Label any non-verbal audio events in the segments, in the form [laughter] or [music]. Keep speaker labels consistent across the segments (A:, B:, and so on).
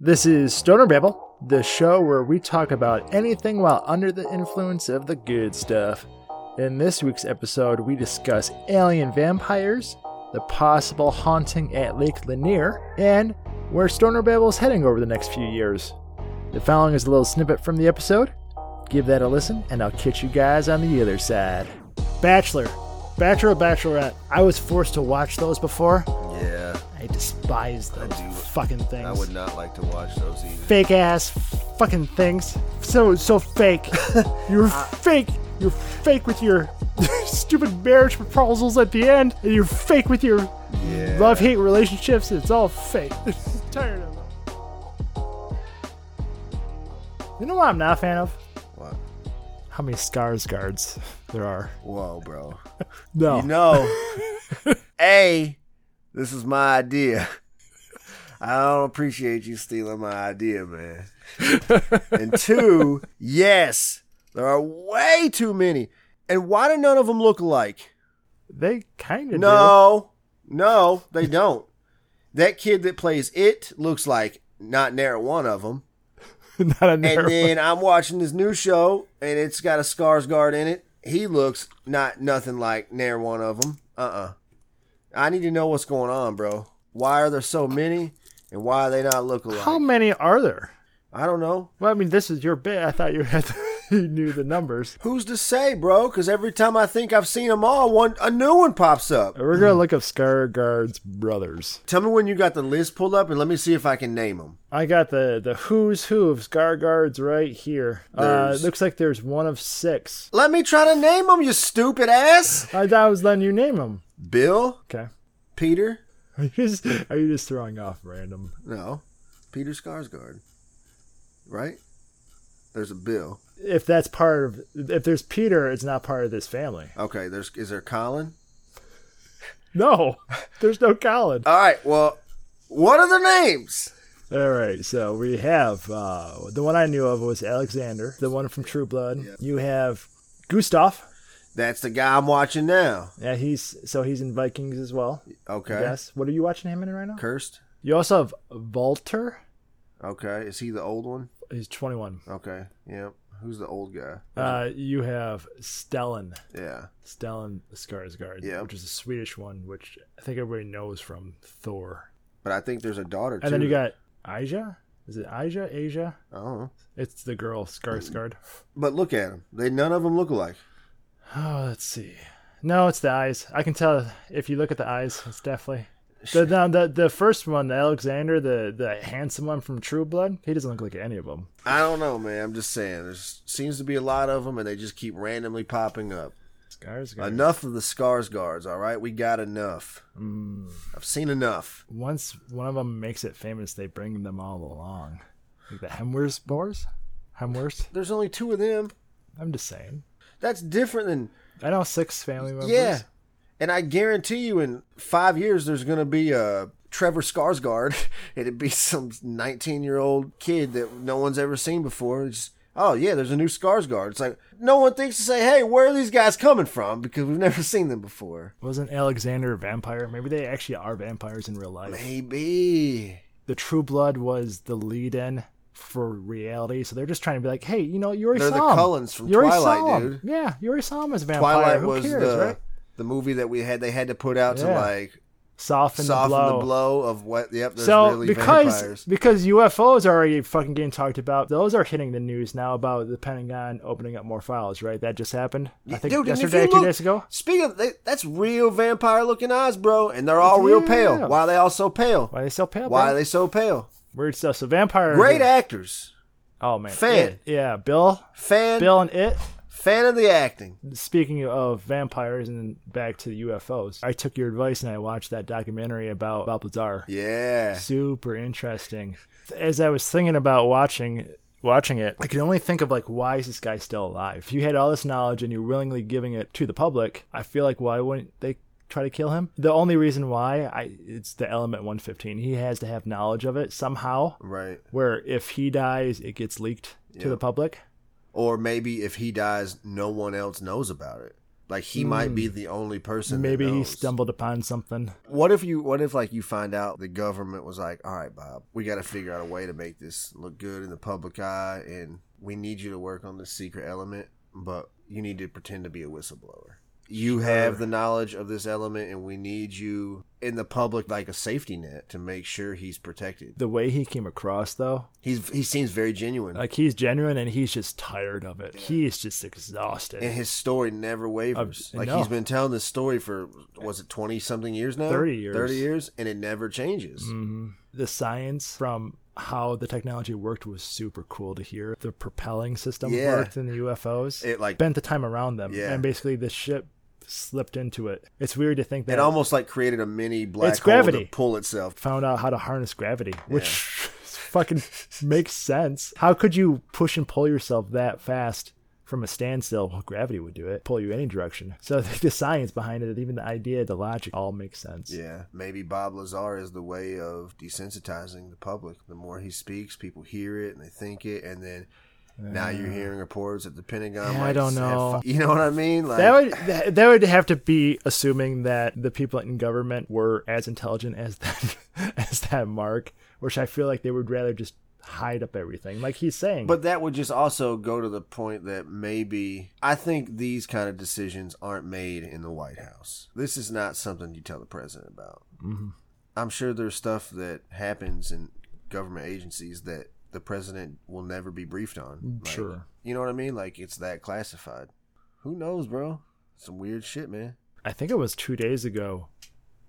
A: This is Stoner Babble, the show where we talk about anything while under the influence of the good stuff. In this week's episode, we discuss alien vampires, the possible haunting at Lake Lanier, and where Stoner Babble is heading over the next few years. The following is a little snippet from the episode. Give that a listen, and I'll catch you guys on the other side. Bachelor, Bachelor, or Bachelorette. I was forced to watch those before.
B: Yeah,
A: I despise those
B: do.
A: fucking things.
B: I would not like to watch those either.
A: fake ass fucking things. So so
B: [laughs]
A: fake. You're
B: Uh,
A: fake. You're fake with your [laughs] stupid marriage proposals at the end, and you're fake with your
B: Yeah.
A: love hate relationships. It's all fake. [laughs] Tired of them. You know what I'm not a fan of?
B: Wow.
A: How many scars guards there are?
B: Whoa, bro.
A: No.
B: You know, A, this is my idea. [laughs] I don't appreciate you stealing my idea, man. and two, yes, there are way too many. And why do none of them look alike?
A: they kind of
B: No, no, they don't. That kid that plays it looks like not near one of them.
A: do. [laughs] Not a narrow.
B: And then I'm watching this new show, and it's got a Skarsgård in it. He looks not nothing like near one of them. Uh uh I need to know what's going on, bro. Why are there so many, and why are they not look alike?
A: How many are there?
B: I don't know.
A: Well, I mean, this is your bit. I thought you had [laughs] you knew the numbers.
B: Who's to say, bro? Because every time I think I've seen them all, one a new one pops up.
A: We're gonna look up Scargard's brothers.
B: Tell me when you got the list pulled up, and let me see if I can name them.
A: I got the the who's who of Scargard's right here. Uh, it
B: There's-
A: looks like there's one of six.
B: Let me try to name them, you stupid ass.
A: I thought I was letting you name them.
B: Bill,
A: Okay.
B: Peter,
A: [laughs] Are you just, are you just throwing off random?
B: no, Peter Skarsgård, right? There's a Bill.
A: If that's part of if there's Peter, it's not part of this family.
B: Okay, there's is there Colin?
A: No, [laughs] there's no Colin.
B: All right, well, what are the names?
A: All right, so we have uh, the one I knew of was Alexander, the one from True Blood. You have Gustav.
B: That's the guy I'm watching now.
A: Yeah, he's so he's in Vikings as well.
B: Okay,
A: Yes. What are you watching him in right now?
B: cursed.
A: You also have Walter.
B: Okay, is he the old one?
A: He's 21.
B: Okay, yeah. Who's the old guy?
A: Uh, you have Stellan,
B: Yeah,
A: Stellan Skarsgård,
B: Yeah.
A: which is a Swedish one, which I think everybody knows from Thor.
B: but I think there's a daughter too.
A: And then you got Aja. Is it Aja? Asia?
B: I don't know.
A: It's the girl Skarsgård.
B: But look at them. They none of them look alike.
A: Oh, let's see. No, it's the eyes. I can tell if you look at the eyes. It's definitely the the the, the first one, the Alexander, the the handsome one from True Blood. He doesn't look like any of them.
B: I don't know, man. I'm just saying. There seems to be a lot of them, and they just keep randomly popping up.
A: Skarsgård.
B: Enough of the scars guards. All right, we got enough.
A: Mm.
B: I've seen enough.
A: once one of them makes it famous, they bring them all along. Like the Hemworth Boars? Hemworth?
B: There's only two of them.
A: I'm just saying.
B: That's different than
A: I know six family members.
B: Yeah. And I guarantee you, in five years, there's going to be a Trevor Skarsgård. [laughs] It'd be some 19 year old kid that no one's ever seen before. It's just, oh, yeah, there's a new Skarsgård. It's like, no one thinks to say, hey, where are these guys coming from? Because we've never seen them before.
A: Wasn't Alexander a vampire? Maybe they actually are vampires in real life.
B: Maybe.
A: The True Blood was the lead in for reality, so they're just trying to be like, hey, you know, you already
B: They're the
A: saw him.
B: Cullens from
A: you already saw
B: Twilight,
A: him.
B: dude.
A: Yeah, you already saw him as a vampire.
B: Twilight
A: Who
B: was
A: cares,
B: the,
A: right?
B: the movie that we had, they had to put out to
A: Yeah.
B: like
A: Soften,
B: soften
A: the blow.
B: the blow of what, yep, there's
A: so
B: really
A: because
B: vampires.
A: because UFOs are already fucking getting talked about, those are hitting the news now about the Pentagon opening up more files. Right, that just happened. I think
B: Dude, and if
A: yesterday,
B: you
A: two
B: look-
A: days ago.
B: Speaking of, they, that's real vampire looking eyes, bro, and they're all real
A: Yeah.
B: pale. Why are they all so pale?
A: Why they so pale?
B: Why
A: bro?
B: are they so pale?
A: Weird stuff. So vampire.
B: Great actors,
A: Oh man.
B: Fan.
A: Yeah, yeah, Bill.
B: fan,
A: Bill and it.
B: fan of the acting.
A: Speaking of vampires and back to the UFOs, I took your advice and I watched that documentary about Balthazar.
B: Yeah,
A: super interesting. As I was thinking about watching watching it, I could only think of like why is this guy still alive? If you had all this knowledge and you're willingly giving it to the public, I feel like why wouldn't they try to kill him? The only reason why I it's the element 115. He has to have knowledge of it somehow
B: right.
A: where if he dies it gets leaked to the public.
B: Or maybe if he dies, no one else knows about it. Like he might be the only person. that
A: Hmm. Maybe he
B: knows.
A: stumbled upon something.
B: What if you? What if like you find out the government was like, "All right, Bob, we got to figure out a way to make this look good in the public eye, and we need you to work on this secret element, but you need to pretend to be a whistleblower. You have the knowledge of this element, and we need you in the public like a safety net to make sure he's protected.
A: The way he came across, though,
B: He's he seems very genuine,
A: like he's genuine and he's just tired of it. He's just exhausted.
B: and his story never wavers.
A: Uh,
B: like
A: no.
B: he's been telling this story for was it twenty something years now,
A: 30 years.
B: thirty years, and it never changes.
A: Mhm. The science from how the technology worked was super cool to hear. The propelling system
B: Yeah.
A: worked in the UFOs.
B: It like
A: bent the time around them,
B: Yeah.
A: and basically the ship slipped into it. It's weird to think that
B: It almost like created a mini black
A: It's
B: hole
A: gravity.
B: to pull itself.
A: found out how to harness gravity, which [laughs] fucking makes sense. How could you push and pull yourself that fast from a standstill? Well, gravity would do it, pull you any direction. So [laughs] the, the science behind it, even the idea, the logic, all makes sense.
B: Yeah, maybe Bob Lazar is the way of desensitizing the public. The more he speaks, people hear it and they think it, and then now you're hearing reports that the Pentagon.
A: Yeah, I
B: might
A: don't
B: have
A: know.
B: fu- you know what I mean? Like,
A: That would that, that would have to be assuming that the people in government were as intelligent as [laughs] that as that mark, which I feel like they would rather just hide up everything, like he's saying.
B: but that would just also go to the point that maybe I think these kind of decisions aren't made in the White House. This is not something you tell the president about.
A: Mhm.
B: I'm sure there's stuff that happens in government agencies that the president will never be briefed on. Like,
A: Mm, Sure.
B: You know what I mean? Like it's that classified. Who knows, bro? Some weird shit, man.
A: I think it was two days ago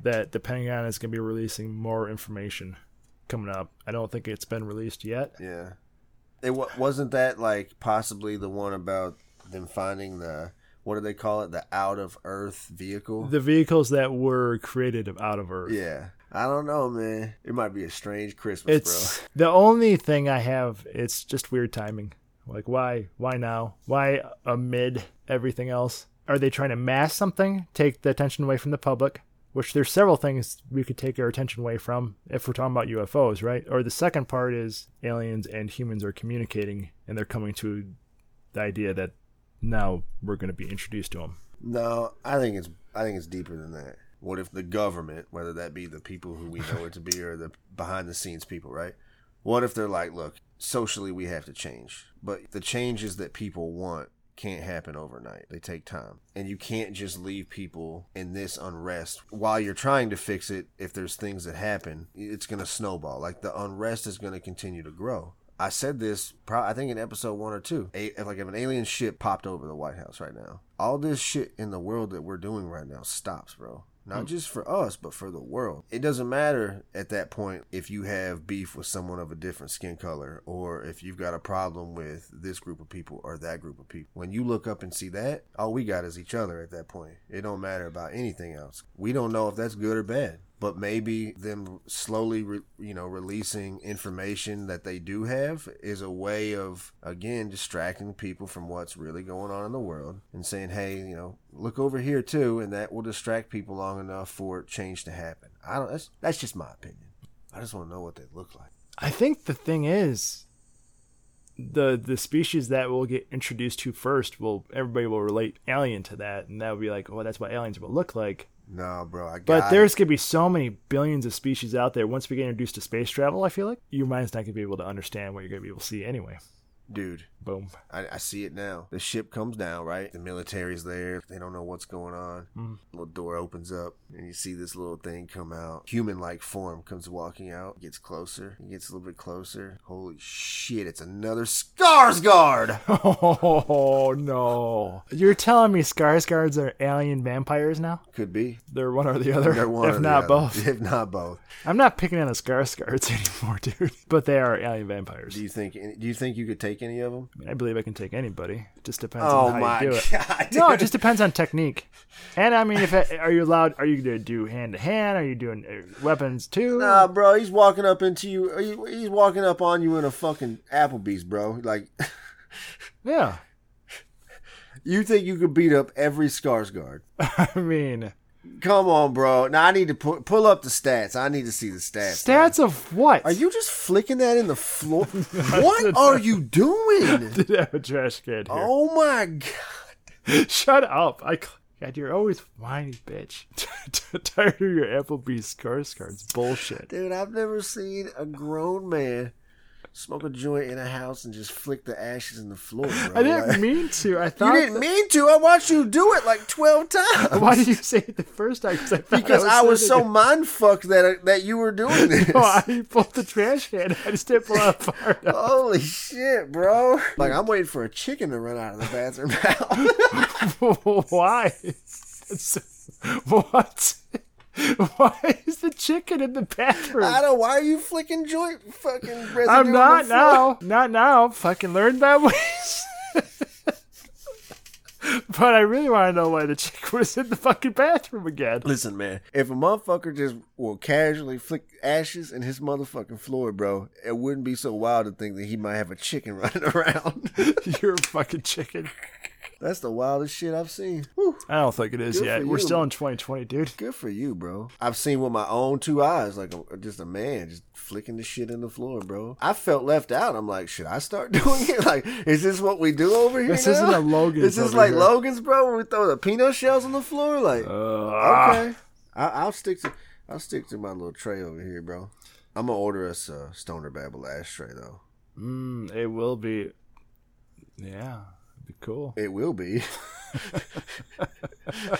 A: that the Pentagon is going to be releasing more information coming up. I don't think it's been released yet.
B: Yeah. It wa wasn't that like possibly the one about them finding the what do they call it? The out of earth vehicle.
A: The vehicles that were created out of Earth.
B: yeah. I don't know, man. It might be a strange Christmas,
A: It's the only thing I have. It's just weird timing. Like why? Why now? Why amid everything else? Are they trying to mask something? Take the attention away from the public? Which there's several things we could take our attention away from if we're talking about UFOs, right? Or the second part is aliens and humans are communicating and they're coming to the idea that now we're going to be introduced to them.
B: bro. No, I think it's I think it's deeper than that. What if the government, whether that be the people who we know it to be or the behind the scenes people, right? What if they're like, look, socially we have to change, but the changes that people want can't happen overnight. They take time. And you can't just leave people in this unrest while you're trying to fix it. If there's things that happen, it's going to snowball. Like the unrest is going to continue to grow. I said this, pro- I think in episode one or two, a, like if an alien ship popped over the White House right now, all this shit in the world that we're doing right now stops, bro not just for us but for the world it doesn't matter at that point if you have beef with someone of a different skin color or if you've got a problem with this group of people or that group of people when you look up and see that all we got is each other at that point it don't matter about anything else we don't know if that's good or bad but maybe them slowly re, you know releasing information that they do have is a way of again distracting people from what's really going on in the world and saying hey you know look over here too and that will distract people long enough for change to happen i don't that's, that's just my opinion i just want to know what they look like
A: I think the thing is the the species that we'll get introduced to first will everybody will relate alien to that and that will be like, oh that's what aliens will look like.
B: no bro i got
A: But
B: it.
A: there's gonna be so many billions of species out there once we get introduced to space travel, I feel like your mind's not gonna be able to understand what you're gonna be able to see anyway.
B: dude
A: Boom. [laughs]
B: I, I see it now. The ship comes down, right? The military's there. They don't know what's going on.
A: Mm.
B: Little door opens up, and you see this little thing come out. Human like form comes walking out, gets closer, It gets a little bit closer. Holy shit, it's another Scars Guard!
A: Oh no. You're telling me Skarsgårds are alien vampires now? [laughs]
B: Could be.
A: They're one or the other.
B: They're one
A: if
B: or the
A: not
B: other.
A: both.
B: [laughs] If not both.
A: I'm not picking on the Skarsgårds [laughs] anymore, dude. But they are alien vampires.
B: Do you think any, do you think you could take any of them?
A: I mean, I believe I can take anybody. It just depends
B: Oh
A: on how
B: my
A: you do it.
B: [laughs] god.
A: No, it
B: dude.
A: just depends on technique. And I mean, if it, are you allowed? Are you going to do hand to hand? Are you doing uh, weapons too?
B: Nah, bro, he's walking up into you. uh, he- He's walking up on you in a fucking Applebee's, bro. Like, [laughs]
A: Yeah,
B: you think you could beat up every Scars Guard?
A: I mean,
B: Come on, bro. Now I need to pu- pull up the stats. I need to see the stats.
A: stats of what? [laughs]
B: Are you just flicking that in the floor? what are you
A: [laughs]
B: doing?
A: Did I have a trash can here?
B: Oh my god.
A: Shut up! I cl- God, you're always whiny, bitch. [laughs] Tired of your Applebee's scars cards bullshit.
B: Dude, I've never seen a grown man smoke a joint in a house and just flick the ashes in the floor. Bro.
A: I didn't [laughs]
B: Like,
A: mean to. I
B: you
A: thought.
B: didn't
A: that-
B: mean to. I watched you do it like twelve
A: [laughs]
B: times. [laughs]
A: Why did you say it the first time? 'Cause I thought
B: Because I was so
A: listening.
B: mind fucked that uh, that you were doing this.
A: [laughs] No,
B: [laughs]
A: I pulled the trash can. I just didn't pull out far enough.
B: Holy shit, bro! Like I'm waiting for a chicken to run out of the bathroom now.
A: [laughs]
B: [laughs]
A: Why? It's- What? Why is the chicken in the
B: I
A: bathroom?
B: don't. Why are you flicking joint fucking residue? on
A: I'm
B: the
A: not
B: floor?
A: now. Not now. Fucking learn that ways. [laughs] but I really want to know why the chick was in the fucking bathroom again. [laughs]
B: Listen, man. If a motherfucker just will casually flick ashes in his motherfucking floor, bro, it wouldn't be so wild to think that he might have a chicken [laughs] running around.
A: You're a fucking chicken.
B: That's the wildest shit I've seen. Whew.
A: I don't think it is
B: Good
A: yet.
B: for
A: We're
B: you.
A: still in 2020, dude.
B: Good for you, bro. I've seen with my own two eyes, like a, just a man just flicking the shit in the floor, bro. I felt left out. I'm like, should I start [laughs] doing it? Like, is this what we do over here?
A: This isn't
B: now?
A: a Logan's
B: This is
A: over
B: like
A: here. Uh,
B: Logan's, bro. Where we throw the peanut shells on the floor. Like,
A: okay.
B: okay, I, I'll stick to I'll stick to my little tray over here, bro. I'm gonna order us a Stoner Babble ashtray though.
A: Mm, it will be. Yeah, it'd be cool.
B: It will be. [laughs]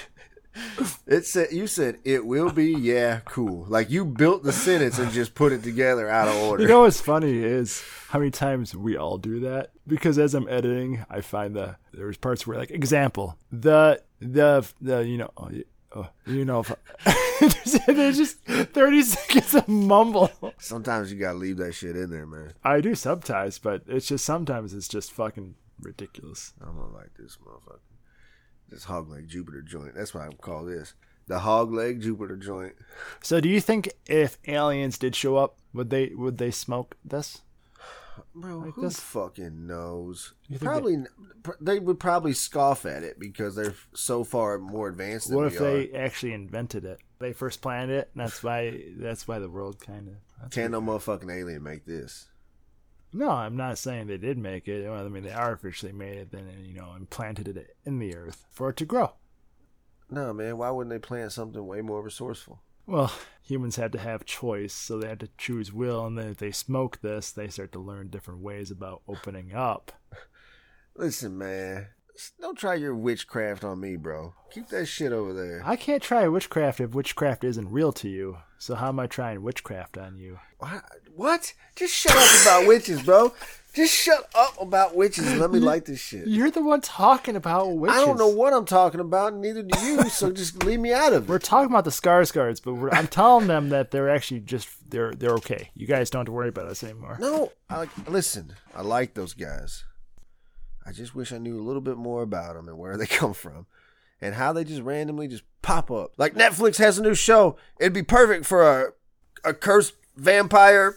B: it said you said it will be yeah cool. Like you built the sentence and just put it together out of
A: [laughs]
B: order.
A: You know what's funny is how many times we all do that. Because as I'm editing, I find the there's parts where like example the the the you know oh, you- oh, you know if- there's, [laughs] there's just 30 seconds of mumble.
B: Sometimes you gotta leave that shit in there, man.
A: I do sometimes, but it's just sometimes it's just fucking ridiculous.
B: I'm gonna like this motherfucker. This hog leg Jupiter joint. That's why I call this the hog leg Jupiter joint.
A: So do you think if aliens did show up, would they would they smoke this?
B: Bro, who
A: this?
B: fucking knows?
A: You think
B: Probably pr- they would probably scoff at it because they're so far more advanced than
A: What
B: we
A: if
B: are.
A: they actually invented it? They first planned it, and that's why that's why the world kind of.
B: Can no motherfucking alien make this?
A: No, I'm not saying they did make it. Well, I mean, they artificially made it, then you know, implanted it in the earth for it to grow.
B: No, man. Why wouldn't they plan something way more resourceful?
A: Well, humans had to have choice, so they had to choose will, and then if they smoke this, they start to learn different ways about opening up.
B: Listen, man. s- Don't try your witchcraft on me, bro. Keep that shit over there.
A: I can't try witchcraft if witchcraft isn't real to you. So how am I trying witchcraft on you?
B: Why- What? Just shut up about witches, bro. Just shut up about witches. and Let me light this shit.
A: You're the one talking about witches.
B: I don't know what I'm talking about, and neither do you. so just leave me out of it.
A: We're talking about the scars guards, but we're, I'm telling them that they're actually just they're they're okay. You guys don't have to worry about us anymore.
B: No, I, listen, I like those guys. I just wish I knew a little bit more about them and where they [laughs] come from and how they just randomly just pop up. Like Netflix has a new show. It'd be perfect for a, a cursed vampire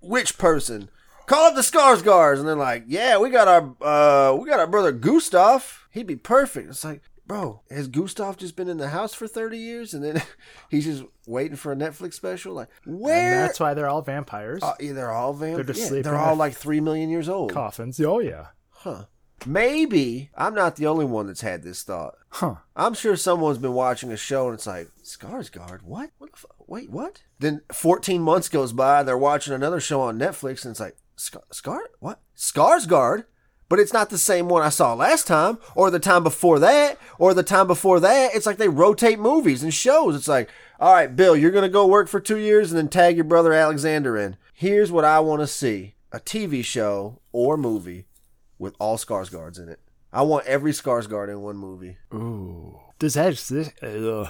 B: witch person. Call up the Scars Guards and they're like, "Yeah, we got our uh we got our brother Gustav. He'd be perfect." It's like, "Bro, has Gustav just been in the house for 30 years and then [laughs] he's just waiting for a Netflix special?" Like,
A: And
B: where
A: that's why they're all vampires.
B: uh, yeah, they're all vampires.
A: They're
B: They're,
A: just sleeping
B: they're all
A: in-
B: like three million years old.
A: coffins. Oh yeah.
B: Huh. Maybe I'm not the only one that's had this thought.
A: Huh.
B: I'm sure someone's been watching a show and it's like, Skarsgård, what? What the fu- Wait, what? Then 14 months goes by, they're watching another show on Netflix and it's like, Scar, Scar what? Skarsgård? But it's not the same one I saw last time, or the time before that, or the time before that. It's like they rotate movies and shows. It's like, all right, Bill, you're going to go work for two years and then tag your brother Alexander in. Here's what I want to see a TV show or movie with all Skarsgårds in it. I want every Skarsgård in one movie.
A: Ooh. Does that exist? [laughs] Ugh.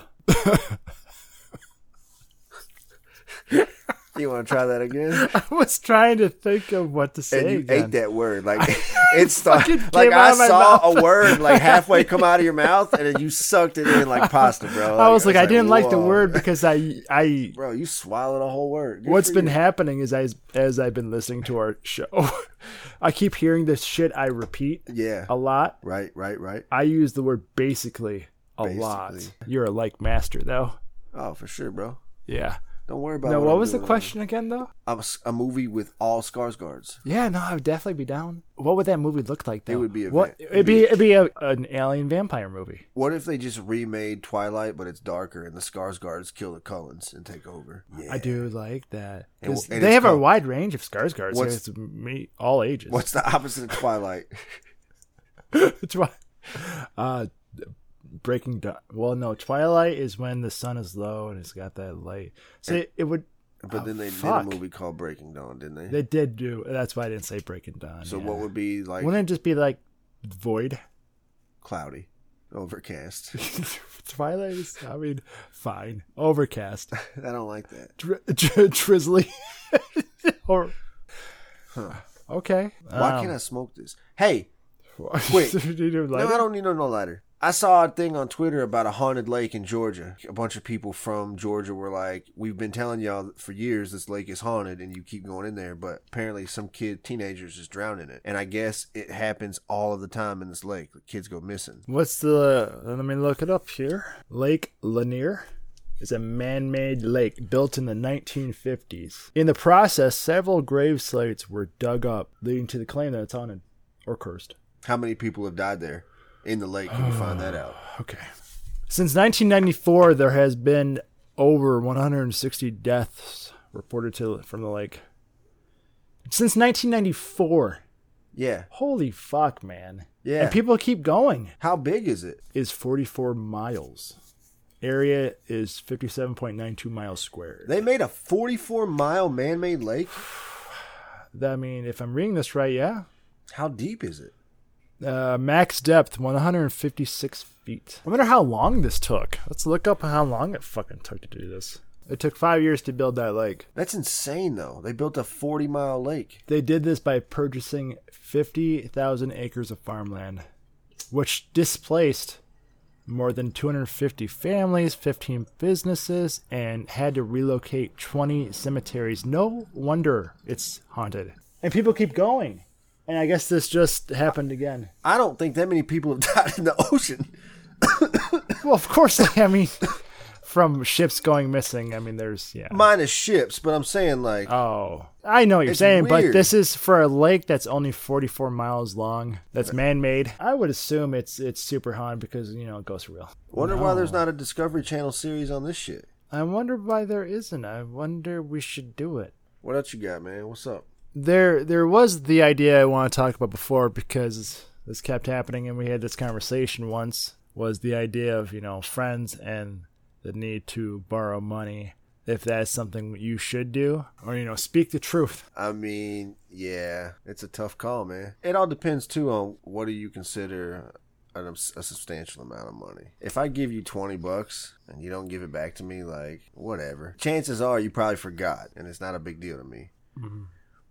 B: You want to try that again?
A: [laughs] I was trying to think of what to say.
B: And you
A: again.
B: ate that word like it started.
A: fucking
B: Like
A: came out
B: I
A: of my
B: saw
A: mouth.
B: a
A: [laughs]
B: word like halfway come out of your mouth, and then you sucked it in like pasta, bro.
A: I was like, I didn't like the
B: whoa.
A: word because
B: [laughs]
A: I I
B: bro. You swallowed a whole word. Good
A: what's
B: for
A: been
B: you.
A: happening is as as I've been listening to our show, [laughs] I keep hearing this shit I repeat
B: yeah,
A: a lot.
B: right, right, right.
A: I use the word basically a lot.
B: Basically.
A: You're a like master though.
B: Oh, for sure, bro.
A: Yeah.
B: Don't worry about.
A: No, what
B: I'm
A: was the
B: doing.
A: question again, though?
B: A, a movie with all Skarsgårds.
A: Yeah, no, I would definitely be down. What would that movie look like? Though?
B: would be a
A: what?
B: va-
A: it'd be it'd be a, an alien vampire movie.
B: What if they just remade Twilight, but it's darker, and the Skarsgårds kill the Cullens and take over? Yeah.
A: I do like that
B: And
A: 'Cause
B: w- and
A: they
B: it's
A: have a
B: called-
A: wide range of Skarsgårds. So
B: What's-
A: it's me all ages.
B: What's the opposite of [laughs] Twilight?
A: [laughs] That's why. Uh, Breaking Dawn. Well, no, Twilight is when the sun is low and it's got that light. So it, it would.
B: But
A: Oh,
B: then they
A: fuck.
B: did a movie called Breaking Dawn, didn't they?
A: They did do. That's why I didn't say Breaking Dawn.
B: so
A: yeah.
B: what would be like
A: Wouldn't it just be like void? [laughs]
B: cloudy, overcast?
A: Twilight is, I mean, fine. Overcast.
B: [laughs] I don't like that.
A: Dri- [laughs] dri- drizzly. [laughs] or. Okay. Um,
B: Why can't I smoke this? Hey,
A: [laughs] I?
B: Wait.
A: like
B: No, I don't need no, no lighter. I saw a thing on Twitter about a haunted lake in Georgia. A bunch of people from Georgia were like, "We've been telling y'all for years this lake is haunted, and you keep going in there." But apparently, some kid, teenagers, just drowned in it, and I guess it happens all of the time in this lake. Kids go missing.
A: What's the? Let me look it up here. Lake Lanier is a man-made lake built in the 1950s. In the process, several grave sites were dug up, leading to the claim that it's haunted or cursed.
B: How many people have died there in the lake? Can you find that [sighs] out?
A: Okay. Since 1994, there has been over 160 deaths reported to from the lake. Since 1994.
B: Yeah,
A: Holy fuck, man.
B: yeah.
A: And people keep going.
B: How big is it?
A: is 44 miles. Area is 57.92 miles squared.
B: They made a 44 mile man made lake.
A: I mean, if I'm reading this right, yeah.
B: How deep is it?
A: Uh, max depth 156 feet. I wonder how long this took. Let's look up how long it fucking took to do this. It took five years to build that lake.
B: That's insane, though. They built a 40 mile lake.
A: They did this by purchasing 50,000 acres of farmland, which displaced more than 250 families, 15 businesses, and had to relocate 20 cemeteries. No wonder it's haunted. And people keep going. And I guess this just happened again.
B: I don't think that many people [laughs] have died in the ocean.
A: Well, of course, [laughs] I mean, from ships going missing, I mean, there's, yeah.
B: Minus ships, but I'm saying, like,
A: Oh, I know what you're
B: It's
A: saying, but
B: weird.
A: this is for a lake that's only 44 miles long. That's man-made. I would assume it's it's super haunted because you know it goes real.
B: wonder why there's not a Discovery Channel series on this shit.
A: I wonder why there isn't. I wonder we should do it.
B: What else you got, man? What's up?
A: There there was the idea I want to talk about before because this kept happening and we had this conversation once was the idea of, you know, friends and the need to borrow money if that's something you should do or you know, speak the truth.
B: I mean, yeah, it's a tough call, man. It all depends too on what do you consider an, obs- a substantial amount of money. If I give you twenty bucks and you don't give it back to me, like whatever, chances are you probably forgot, and it's not a big deal to me.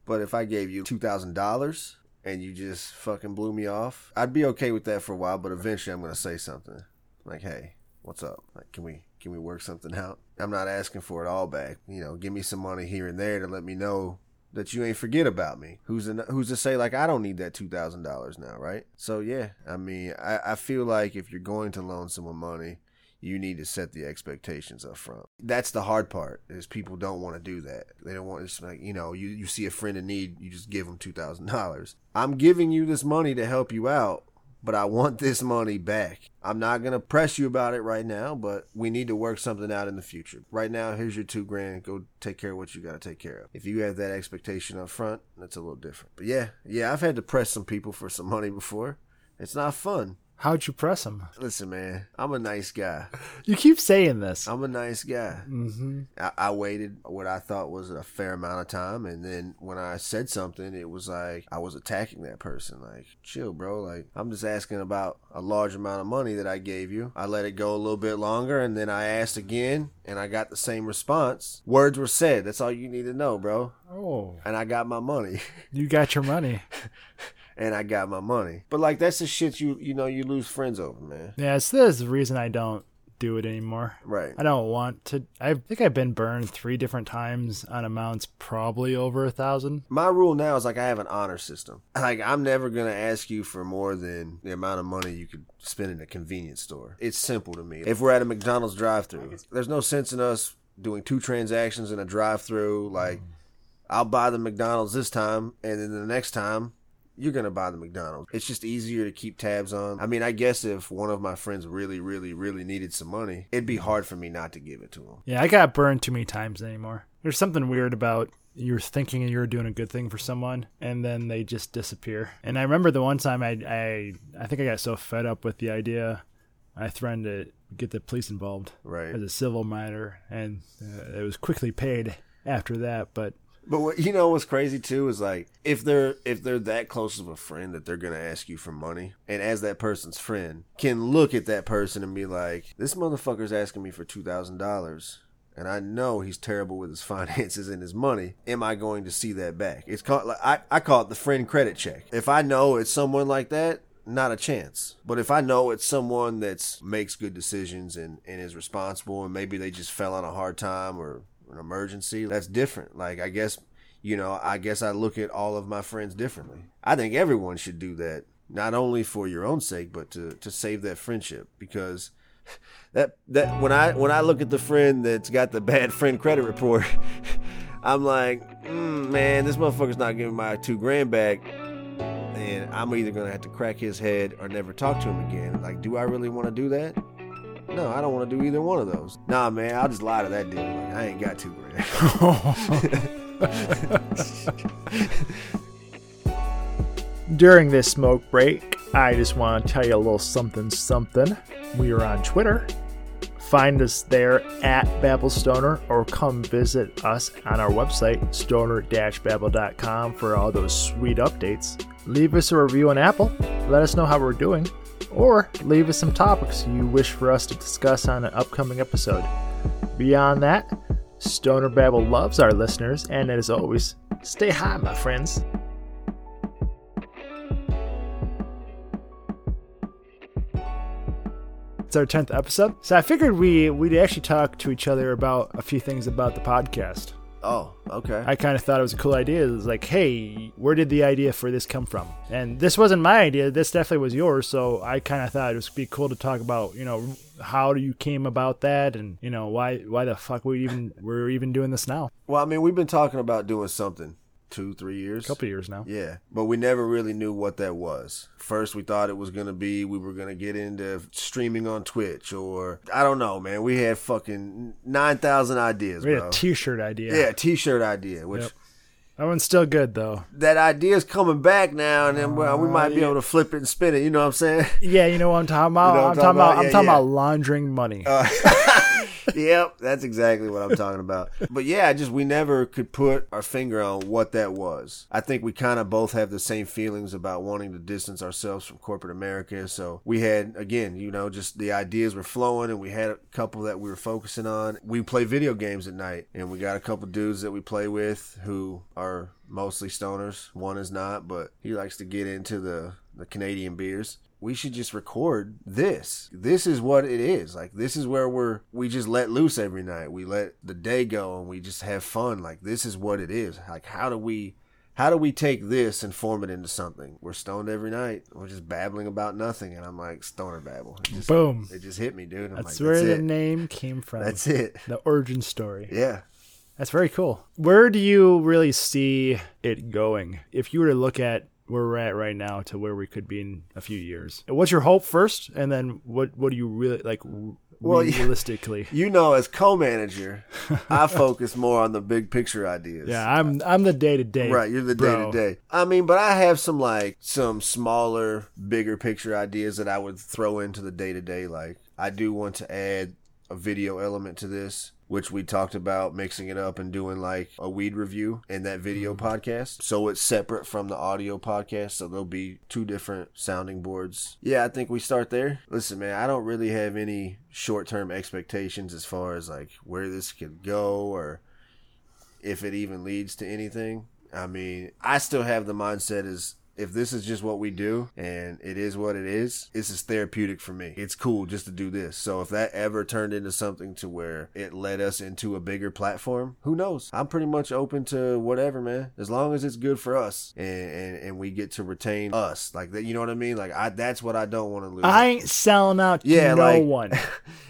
B: But if I gave you two thousand dollars and you just fucking blew me off, I'd be okay with that for a while. But eventually, I'm gonna say something like, "Hey, what's up? Like, can we can we work something out?" I'm not asking for it all back. You know, give me some money here and there to let me know that you ain't forget about me. Who's to, who's to say like I don't need that two thousand dollars now, right? So yeah, I mean, I, I feel like if you're going to loan someone money, you need to set the expectations up front. That's the hard part is people don't want to do that. They don't want it's like you know you you see a friend in need, you just give them two thousand dollars. I'm giving you this money to help you out. But I want this money back. I'm not gonna press you about it right now, but we need to work something out in the future. Right now, here's your two grand. Go take care of what you gotta take care of. If you have that expectation up front, that's a little different. But yeah, yeah, I've had to press some people for some money before. It's not fun.
A: How'd you press them?
B: Listen, man, I'm a nice guy.
A: You keep saying this.
B: I'm a nice guy.
A: Mm-hmm.
B: I, I waited what I thought was a fair amount of time, and then when I said something, it was like I was attacking that person. Like, chill, bro. Like, I'm just asking about a large amount of money that I gave you. I let it go a little bit longer, and then I asked again, and I got the same response. Words were said. That's all you need to know, bro.
A: Oh.
B: And I got my money. [laughs]
A: You got your money.
B: and I got my money. But like, that's the shit you you know you lose friends over, man.
A: Yeah, it's this is the reason I don't do it anymore.
B: Right.
A: I don't want to. I think I've been burned three different times on amounts probably over a thousand.
B: My rule now is like I have an honor system. [laughs] Like I'm never gonna ask you for more than the amount of money you could spend in a convenience store. It's simple to me. If we're at a McDonald's drive-through, there's no sense in us doing two transactions in a drive-through. Like, I'll buy the McDonald's this time, and then the next time you're gonna buy the McDonald's. It's just easier to keep tabs on. I mean, I guess if one of my friends really, really, really needed some money, it'd be hard for me not to give it to him.
A: Yeah, I got burned too many times anymore. There's something weird about you're thinking you're doing a good thing for someone and then they just disappear. And I remember the one time I I I think I got so fed up with the idea I threatened to get the police involved
B: Right.
A: as a civil matter and uh, it was quickly paid after that, but
B: But what, you know what's crazy too is like if they're if they're that close of a friend that they're gonna ask you for money, and as that person's friend can look at that person and be like, "This motherfucker's asking me for two thousand dollars, and I know he's terrible with his [laughs] finances and his money. Am I going to see that back?" It's called like I, I call it the friend credit check. If I know it's someone like that. Not a chance. But if I know it's someone that's makes good decisions and, and is responsible, and maybe they just fell on a hard time or an emergency, that's different. Like I guess you know, I guess I look at all of my friends differently. I think everyone should do that, not only for your own sake, but to, to save that friendship because [laughs] that that when I when I look at the friend that's got the bad friend credit report, [laughs] I'm like, mm, man, this motherfucker's not giving my two grand back, and I'm either gonna have to crack his head or never talk to him again. Like, do I really want to do that? No, I don't want to do either one of those. Nah, man, I'll just lie to that dude. Like, I ain't got two grand. [laughs]
A: [laughs] During this smoke break, I just want to tell you a little something something. We are on Twitter. Find us there at Babel Stoner or come visit us on our website, stoner babel.com, for all those sweet updates. Leave us a review on Apple, let us know how we're doing, or leave us some topics you wish for us to discuss on an upcoming episode. Beyond that, Stoner Babel loves our listeners, and as always, stay high, my friends. It's our tenth episode, so I figured we we'd actually talk to each other about a few things about the podcast.
B: Oh, okay.
A: I kind of thought it was a cool idea. It was like, hey, where did the idea for this come from? And this wasn't my idea. This definitely was yours. So I kind of thought it would be cool to talk about, you know, how you came about that, and you know, why why the fuck we even we're even doing this now?
B: Well, I mean, we've been talking about doing something two, three years.
A: A couple years now.
B: Yeah, but we never really knew what that was. First, we thought it was going to be we were going to get into streaming on Twitch or I don't know, man. We had fucking 9,000 ideas,
A: We had
B: bro.
A: a T-shirt idea.
B: yeah, t-shirt idea, which
A: Yep. that one's still good though.
B: that idea's coming back now and then well, we might be able to flip it and spin it, you know what I'm saying? [laughs]
A: Yeah, you know what I'm talking about.
B: know
A: I'm talking about. I'm
B: Yeah,
A: talking
B: yeah. Uh,
A: about laundering money.
B: yep, that's exactly what I'm talking about. But yeah, just we never could put our finger on what that was. I think we kind of both have the same feelings about wanting to distance ourselves from corporate America. So we had, again, you know, just the ideas were flowing and we had a couple that we were focusing on. We play video games at night and we got a couple dudes that we play with who are mostly stoners. One is not, but he likes to get into the, the Canadian beers we should just record this. This is what it is. Like this is where we're we just let loose every night. We let the day go and we just have fun. Like this is what it is. Like how do we how do we take this and form it into something? We're stoned every night. We're just babbling about nothing and I'm like stoner babble. It just,
A: Boom.
B: It just hit me, dude. I'm
A: That's
B: like
A: where
B: oh that's
A: the
B: it.
A: name came from.
B: That's it.
A: The origin story.
B: Yeah.
A: That's very cool. Where do you really see it going? If you were to look at where we're at right now to where we could be in a few years, what's your hope first, and then what what do you really like w-
B: Well, yeah. [laughs]
A: realistically?
B: You know as co-manager,
A: [laughs]
B: I focus more on the big picture ideas.
A: Yeah, I'm I'm the day to day.
B: Right, you're the day to day. I mean, but I have some like some smaller, bigger picture ideas that I would throw into the day to day. Like I do want to add a video element to this, which we talked about mixing it up and doing like a weed review in that video podcast. So it's separate from the audio podcast. So there'll be two different sounding boards. Yeah, I think we start there. Listen, man, I don't really have any short term expectations as far as like where this could go or if it even leads to anything. I mean, I still have the mindset is if this is just what we do and it is what it is, this is therapeutic for me. It's cool just to do this. So if that ever turned into something to where it led us into a bigger platform, who knows? I'm pretty much open to whatever, man. As long as it's good for us and and, and we get to retain us, like that. You know what I mean? Like I, that's what I don't want to lose.
A: I ain't selling out to
B: Yeah,
A: no
B: like- [laughs]
A: one.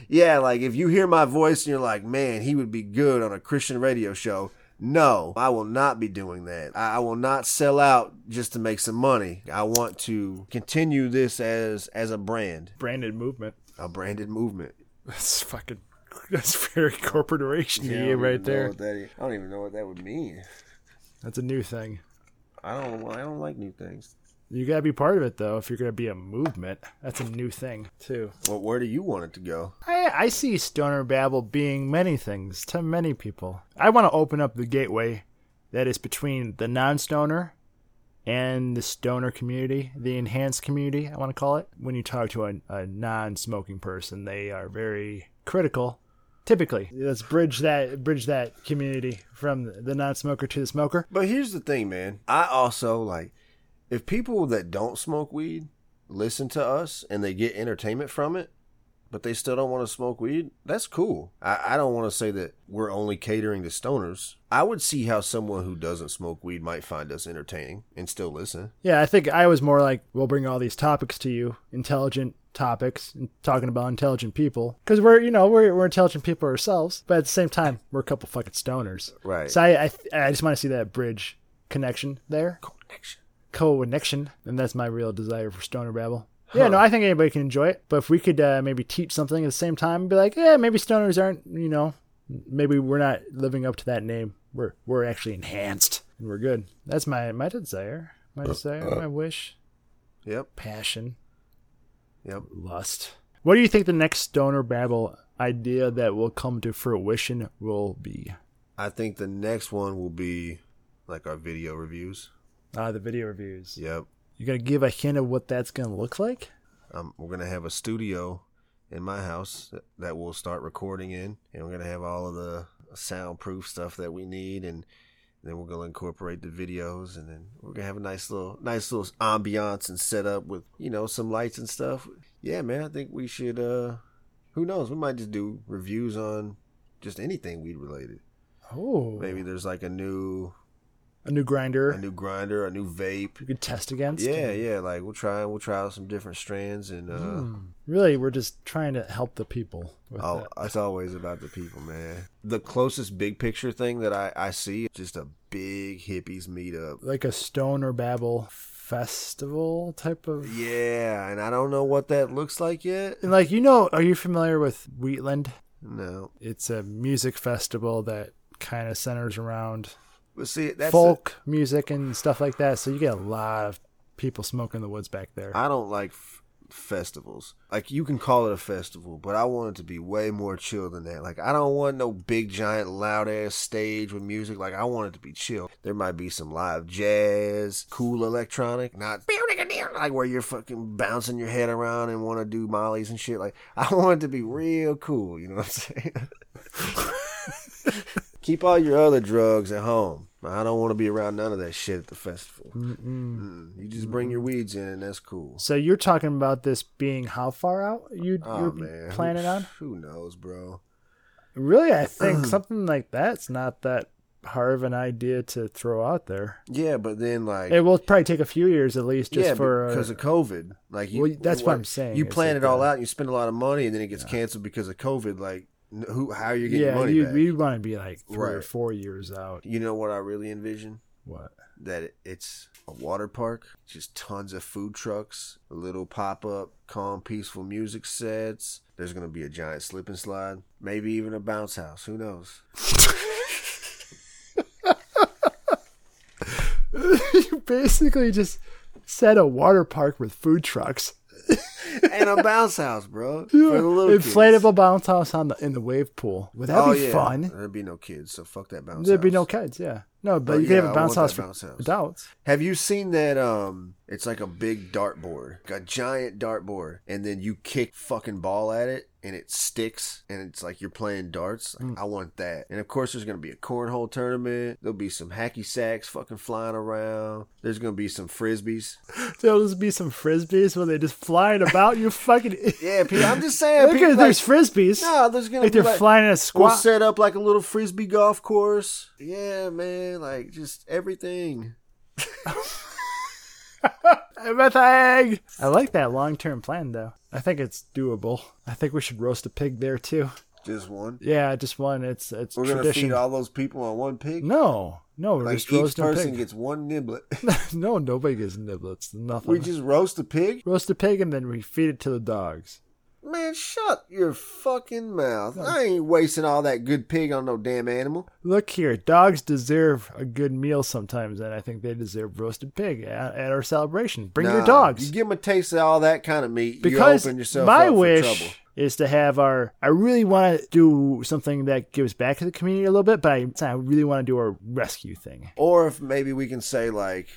B: Yeah, like if you hear my voice and you're like, man, he would be good on a Christian radio show. No, I will not be doing that. I I will not sell out just to make some money. I want to continue this as as a brand,
A: Branded movement.
B: a branded movement.
A: That's fucking. That's very corporation
B: Yeah, I
A: yeah,
B: don't
A: right
B: even know
A: there.
B: what that is. I don't even know what that would mean.
A: That's a new thing.
B: I don't. I don't like new things.
A: You gotta be part of it though. If you're gonna be a movement, that's a new thing too.
B: Well, where do you want it to go?
A: I, I see stoner babble being many things to many people. I want to open up the gateway that is between the non-stoner and the stoner community, the enhanced community, I want to call it. When you talk to a, a non-smoking person, they are very critical. Typically, let's bridge that bridge that community from the non-smoker to the smoker.
B: But here's the thing, man. I also like if people that don't smoke weed listen to us and they get entertainment from it, but they still don't want to smoke weed, that's cool. I, I don't want to say that we're only catering to stoners. I would see how someone who doesn't smoke weed might find us entertaining and still listen.
A: Yeah, I think I was more like, we'll bring all these topics to you, intelligent topics, and talking about intelligent people. Because we're, you know, we're, we're intelligent people ourselves, but at the same time, we're a couple fucking stoners.
B: Right.
A: So I, I, I just want to see that bridge connection there,
B: Connection.
A: co-connection, and that's my real desire for stoner babble. Yeah, no, I think anybody can enjoy it, but if we could uh, maybe teach something at the same time and be like, yeah, maybe stoners aren't, you know, maybe we're not living up to that name. We're we're actually enhanced and we're good. That's my my desire, my desire, my wish
B: Yep.
A: passion,
B: Yep.
A: lust. What do you think the next stoner babble idea that will come to fruition will be?
B: I think the next one will be like our video reviews.
A: Ah, the video reviews.
B: Yep.
A: You're gonna give a hint of what that's gonna look like?
B: Um, we're gonna have a studio in my house that- that we'll start recording in, and we're gonna have all of the soundproof stuff that we need, and then we're gonna incorporate the videos, and then we're gonna have a nice little, nice little ambiance and setup with you know some lights and stuff. Yeah, man, I think we should. uh Who knows? We might just do reviews on just anything weed related.
A: Oh,
B: Maybe there's like a new,
A: a new grinder
B: a new grinder, a new vape.
A: you could test against.
B: Yeah, yeah. Like we'll try, we'll try out some different strands, and. uh
A: Hmm. Really, we're just trying to help the people. With
B: Oh,
A: that.
B: it's always about the people, man. The closest big picture thing that I, I see is just a big hippies meetup.
A: like a stoner babble festival type of.
B: Yeah, and I don't know what that looks like yet.
A: And like you know, are you familiar with Wheatland?
B: No,
A: It's a music festival that kind of centers around
B: but see, that's
A: folk music and stuff like that. So you get a lot of people smoking in the woods back there.
B: I don't like f- festivals. Like you can call it a festival, but I want it to be way more chill than that. Like I don't want no big giant loud ass stage with music. Like I want it to be chill. There might be some live jazz, cool electronic, not like where you're fucking bouncing your head around and want to do mollies and shit. Like [laughs] I want it to be real cool. You know what I'm saying? [laughs] Keep all your other drugs at home. I don't want to be around none of that shit at the festival. Mm, You just bring your weeds in, and that's cool.
A: so you're talking about this being how far out you
B: Oh
A: you're
B: man,
A: planning
B: who,
A: on?
B: Who knows, bro?
A: Really, I
B: Uh-huh.
A: think something like that's not that hard of an idea to throw out there.
B: Yeah, but then like
A: It will probably take a few years at least, just
B: yeah,
A: for
B: because
A: uh,
B: of COVID, like you,
A: Well, that's what I'm saying,
B: You
A: is
B: plan
A: that
B: it all
A: the-
B: out, and you spend a lot of money, and then it gets canceled because of COVID. Like n- who? How are you getting
A: yeah,
B: money
A: you
B: back?
A: you want to be like three or
B: Right.
A: four years out.
B: You know what I really envision?
A: What? [laughs]
B: That it- it's a water park, just tons of food trucks, little pop up, calm, peaceful music sets. There's gonna be a giant slip and slide, maybe even a bounce house.
A: [laughs]
B: Who knows?
A: you basically just set a water park with food trucks.
B: and a bounce house, bro. for the little kids.
A: inflatable bounce house on the in the wave pool. Would that
B: Oh,
A: be
B: yeah.
A: fun?
B: There'd be no kids, so fuck that bounce.
A: There'd be
B: house.
A: no kids, yeah. No, but
B: Oh,
A: you could
B: yeah,
A: have
B: I
A: a bounce
B: want
A: house
B: that
A: for
B: bounce house.
A: adults.
B: Have you seen that? Um, It's like a big dartboard, like a giant dartboard, and then you kick fucking ball at it, and it sticks, and it's like you're playing darts. Like,
A: Hmm.
B: I want that, and of course there's gonna be a cornhole tournament. There'll be some hacky sacks fucking flying around. There's gonna be some frisbees.
A: There'll just be some frisbees where they just flying about. You fucking.
B: Yeah, people, I'm
A: [laughs]
B: just saying.
A: Look
B: people,
A: at there's frisbees.
B: no, there's gonna
A: like
B: be
A: they're
B: like,
A: flying in a
B: We'll
A: squat.
B: set up like a little frisbee golf course. Yeah, man, like just everything. [laughs]
A: Everything. I like that long term plan though. I think it's doable. I think we should roast a pig there too.
B: Just one.
A: Yeah, just one. It's it's
B: We're gonna
A: tradition.
B: feed all those people on one pig.
A: no, no, we're
B: like
A: just
B: each
A: roasting a
B: person
A: pig.
B: gets one
A: [laughs]
B: niblet.
A: no, nobody gets niblets. Nothing.
B: [laughs] we just roast a pig.
A: roast a pig and then we feed it to the dogs.
B: Man, shut your fucking mouth! I ain't wasting all that good pig on no damn animal.
A: Look here, dogs deserve a good meal sometimes, and I think they deserve roasted pig at, at our celebration. Bring your
B: Nah,
A: dogs
B: You give them a taste of all that kind of meat.
A: because
B: you open yourself
A: my
B: up
A: wish
B: for trouble.
A: is to have our. I really want to do something that gives back to the community a little bit, but I, I really want to do a rescue thing.
B: Or if maybe we can say like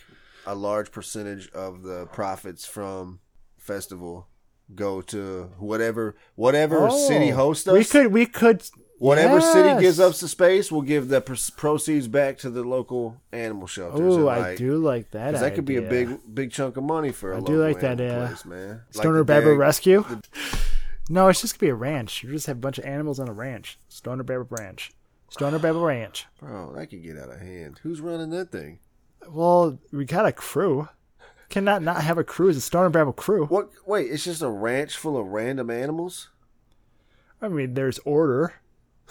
B: a large percentage of the profits from festival go to whatever whatever city
A: Oh,
B: hosts us.
A: We could. We could.
B: whatever city gives
A: Yes.
B: us the space, we'll give the pr- proceeds back to the local animal shelters.
A: Oh,
B: and,
A: I
B: like,
A: do like that.
B: 'cause that could be a
A: idea.
B: big big chunk of money for a
A: I do
B: local
A: like that,
B: animal
A: uh,
B: place, man. Like
A: Stoner
B: the
A: Barber
B: Dag-
A: Rescue. No, it's just gonna be a ranch. You just have a bunch of animals on a ranch. Stoner Barber Ranch. Stoner Barber Ranch.
B: Bro, that could get out of hand. Who's running that thing?
A: Well, we got a crew. Cannot not have a crew. It's a Stoner Barber crew.
B: What wait, it's just a ranch full of random animals?
A: I mean, there's order.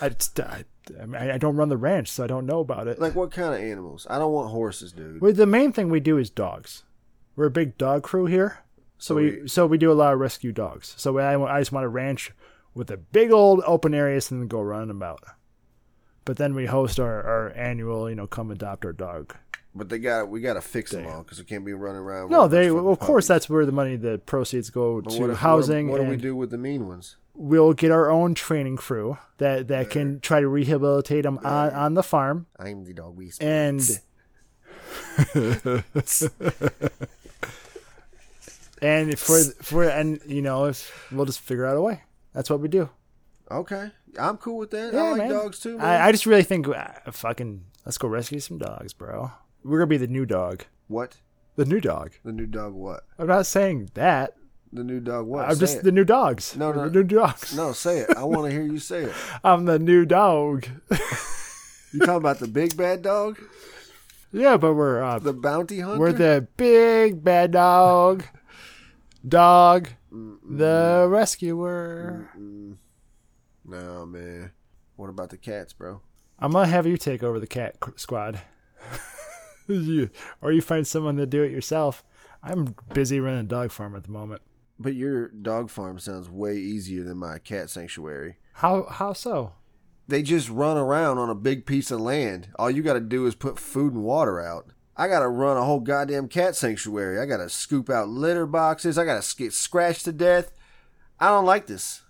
A: I, just- I, I mean, I don't run the ranch, so I don't know about it.
B: Like what kind of animals? I don't want horses, dude.
A: Well, the main thing we do is dogs. We're a big dog crew here, so we so we do a lot of rescue dogs. So I, I just want a ranch with a big old open area and then go run about. But then we host our, our annual, you know, come adopt our dog.
B: But they got we got to fix them all because we can't be running around.
A: No,
B: with those
A: they
B: fucking
A: of course
B: puppies.
A: that's where the money, the proceeds go
B: But
A: to
B: if-
A: housing.
B: What, do we
A: and
B: do with the mean ones?
A: We'll get our own training crew that that can try to rehabilitate them on, on the farm
B: I'm the dog whisperer.
A: and and for for and you know if we'll just figure out a way that's what we do
B: okay, I'm cool with that. I
A: Yeah,
B: like
A: man.
B: dogs too. Man.
A: I, I just really think uh, fucking let's go rescue some dogs bro we're gonna be the new dog
B: what
A: the new dog
B: the new dog? What
A: i'm not saying that
B: the new dog? What?
A: i'm
B: Say
A: just
B: it.
A: the new dogs
B: No,
A: We're
B: no.
A: the new dogs
B: no. Say it. I want to hear you say it.
A: i'm the new dog
B: You talking about the big bad dog,
A: yeah but we're uh,
B: the bounty hunter?
A: We're the big bad dog. Dog.
B: Mm-hmm.
A: The rescuer.
B: no man. What about the cats, bro?
A: I'm going to have you take over the cat c- squad. [laughs] You- or you find someone to do it yourself. I'm busy running a dog farm at the moment.
B: But your dog farm sounds way easier than my cat sanctuary.
A: How how so?
B: they just run around on a big piece of land. All you got to do is put food and water out. I got to run a whole goddamn cat sanctuary. I got to scoop out litter boxes. I got to get scratched to death. I don't like this.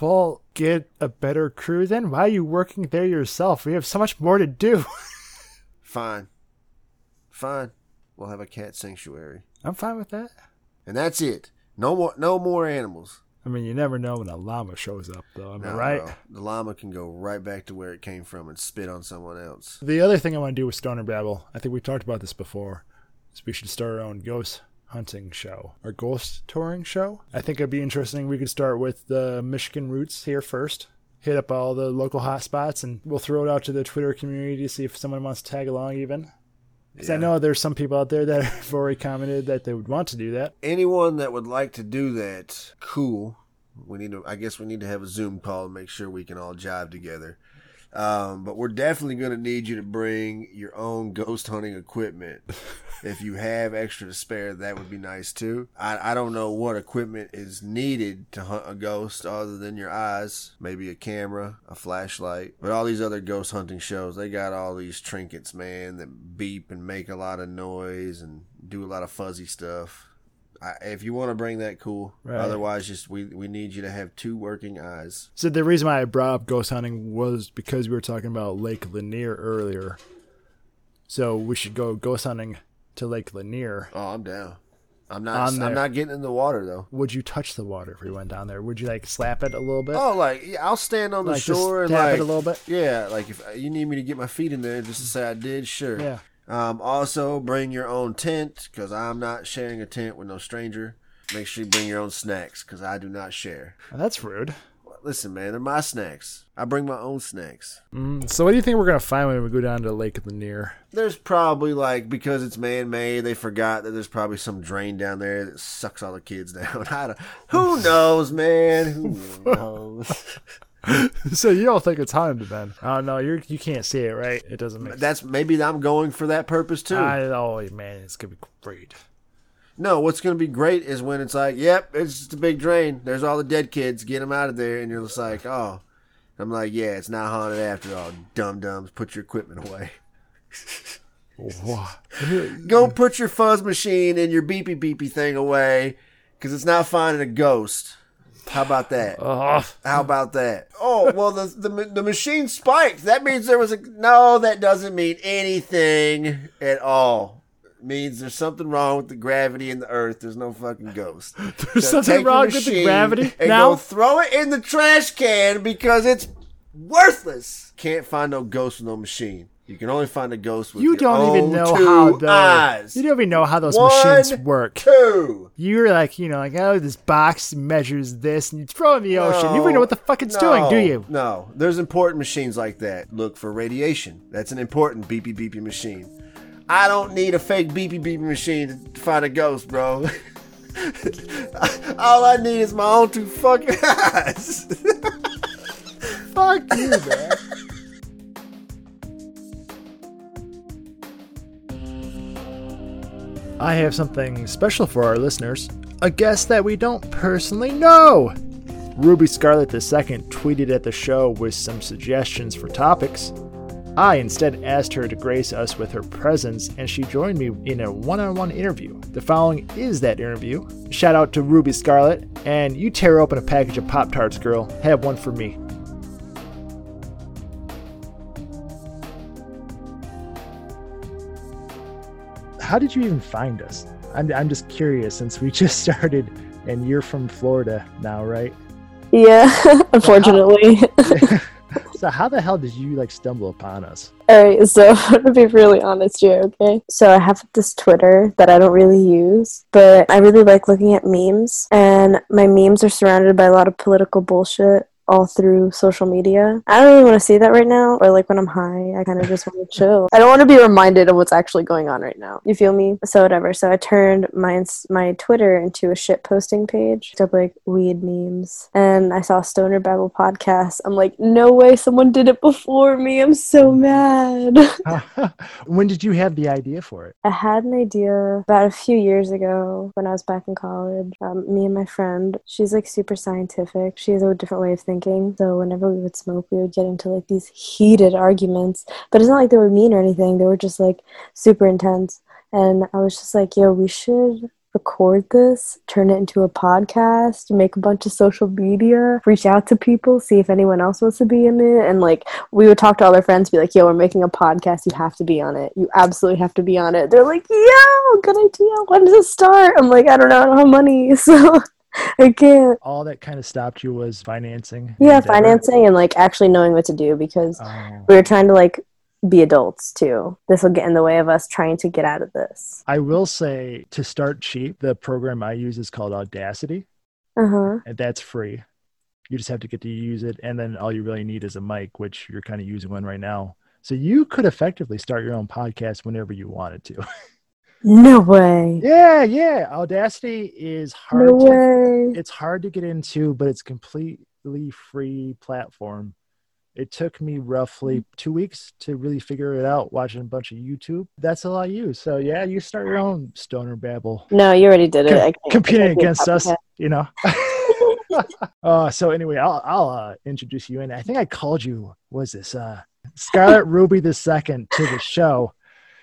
A: Well, get a better crew then. Why are you working there yourself? We have so much more to do. [laughs]
B: Fine. Fine. We'll have a cat sanctuary.
A: I'm fine with that.
B: And that's it. No more no more animals.
A: I mean, you never know when a llama shows up, though. Am I
B: No,
A: right?
B: bro. The llama can go right back to where it came from and spit on someone else.
A: The other thing I want to do with Stoner Babble, I think we talked about this before, is we should start our own ghost hunting show, our ghost touring show. I think it'd be interesting. We could start with the Michigan roots here first, hit up all the local hotspots, and we'll throw it out to the Twitter community to see if someone wants to tag along even. Because I
B: Yeah.
A: know there's some people out there that [laughs] have already commented that they would want to do that.
B: anyone that would like to do that, cool. We need to. I guess we need to have a Zoom call and make sure we can all jive together. Um, but we're definitely going to need you to bring your own ghost hunting equipment. if you have extra to spare, that would be nice too. I, I don't know what equipment is needed to hunt a ghost other than your eyes, maybe a camera, a flashlight. But all these other ghost hunting shows, they got all these trinkets, man, that beep and make a lot of noise and do a lot of fuzzy stuff. I, if you want to bring that, cool.
A: Right.
B: Otherwise, just we we need you to have two working eyes.
A: So the reason why I brought up ghost hunting was because we were talking about Lake Lanier earlier. So we should go ghost hunting to Lake Lanier.
B: Oh, I'm down. I'm not.
A: On there.
B: I'm not getting in the water though.
A: Would you touch the water if we went down there? Would you like slap it a little bit?
B: Oh, like yeah, I'll stand on the
A: Like, just
B: shore and
A: dab it
B: like
A: a little bit?
B: Yeah, like if you need me to get my feet in there, just to say I did. Sure.
A: Yeah.
B: Um, also, bring your own tent because I'm not sharing a tent with no stranger. Make sure you bring your own snacks because I do not share.
A: Well, that's rude.
B: Listen, man, they're my snacks. I bring my own snacks.
A: Mm, so what do you think we're gonna find when we go down to Lake of the Near?
B: There's probably like because it's man made, they forgot that there's probably some drain down there that sucks all the kids [laughs] down. I don't, who knows, man?
A: [laughs]
B: Who knows?
A: [laughs] so you all think it's haunted then? Oh no, you you can't see it, right? It doesn't make.
B: That's maybe I'm going for that purpose too.
A: I, oh man, it's gonna be great.
B: No, what's going to be great is when it's like, yep, it's just a big drain. There's all the dead kids. Get them out of there. And you're just like, oh. I'm like, yeah, it's not haunted after all. Dum dums, put your equipment away.
A: Wow.
B: Go put your fuzz machine and your beepy beepy thing away because it's not finding a ghost. How about
A: [laughs]
B: that?
A: Ugh.
B: How about that? Oh well, the the ma- the machine spiked. That means there was a no. That doesn't mean anything at all. It means there's something wrong with the gravity in the Earth. There's no fucking
A: [laughs]
B: ghost.
A: There's
B: So
A: something
B: take your
A: wrong with the
B: machine
A: gravity
B: And
A: now?
B: go throw it in the trash can because it's worthless. Can't find no ghost with no machine. You can only find a ghost with
A: You
B: your
A: don't even
B: own
A: know
B: two
A: how those.
B: eyes.
A: You don't even know how those
B: One,
A: machines work.
B: Two.
A: You're like, you know, like oh, this box measures this, and you throw it in the ocean. Oh, You don't even know what the fuck it's doing, do
B: No,
A: you?
B: No, there's important machines like that. Look for radiation. That's an important beepy beepy machine. I don't need a fake beepy beepy machine to find a ghost, bro. [laughs] All I need is my own two fucking [laughs] eyes.
A: Fuck you, man. I have something special for our listeners. A guest that we don't personally know. Ruby Scarlett II tweeted at the show with some suggestions for topics. I instead asked her to grace us with her presence, and she joined me in a one on one interview. The following is that interview. Shout out to Ruby Scarlett, and you tear open a package of Pop Tarts, girl. Have one for me. How did you even find us? I'm, I'm just curious since we [laughs] just started, and you're from Florida now, right?
C: Yeah, [laughs] unfortunately. [laughs]
A: so, how the hell did you like stumble upon us?
C: All right, so [laughs] I'm gonna be really honest here, okay? So I have this Twitter that I don't really use, but I really like looking at memes, and my memes are surrounded by a lot of political bullshit all through social media. I don't really want to see that right now, or like when I'm high, I kind of just want to chill. I don't want to be reminded of what's actually going on right now. You feel me? So whatever. So I turned my ins- my Twitter into a shit posting page, looked up like weed memes, and I saw Stoner Babble podcast. I'm like, no way, someone did it before me. I'm so mad. [laughs]
A: when did you have the idea for it?
C: I had an idea about a few years ago when I was back in college. Um, me and my friend, she's like super scientific. She has a different way of thinking. So whenever we would smoke, we would get into like these heated arguments. But it's not like they were mean or anything. They were just like super intense. And I was just like, yo, we should record this, turn it into a podcast, make a bunch of social media, reach out to people, see if anyone else wants to be in it. And like, we would talk to all their friends, be like, yo, we're making a podcast. You have to be on it. You absolutely have to be on it. They're like, yo, good idea. When does it start? I'm like, I don't know. I don't have money. [laughs] So I can't.
A: All that kind of stopped you was financing. the
C: Yeah,
A: endeavor?
C: financing and like actually knowing what to do because
A: Oh.
C: we were trying to like be adults too. This will get in the way of us trying to get out of this.
A: I will say to start cheap, the program I use is called Audacity,
C: Uh huh.
A: and that's free. You just have to get to use it, and then all you really need is a mic, which you're kind of using one right now. So you could effectively start your own podcast whenever you wanted to.
C: No way.
A: yeah, yeah. Audacity is hard.
C: No
A: to,
C: way.
A: it's hard to get into, but it's completely free platform. It took me
C: Mm.
A: roughly two weeks to really figure it out, watching a bunch of YouTube. That's all I use. So yeah, you start your own stoner babble.
C: No, you already did it.
A: Com-
C: I can't,
A: competing
C: I can't
A: against
C: copy
A: us,
C: that.
A: you know. [laughs] uh, so anyway, I'll, I'll uh, introduce you, and I think I called you. Was this uh, Scarlet Ruby the second to the show?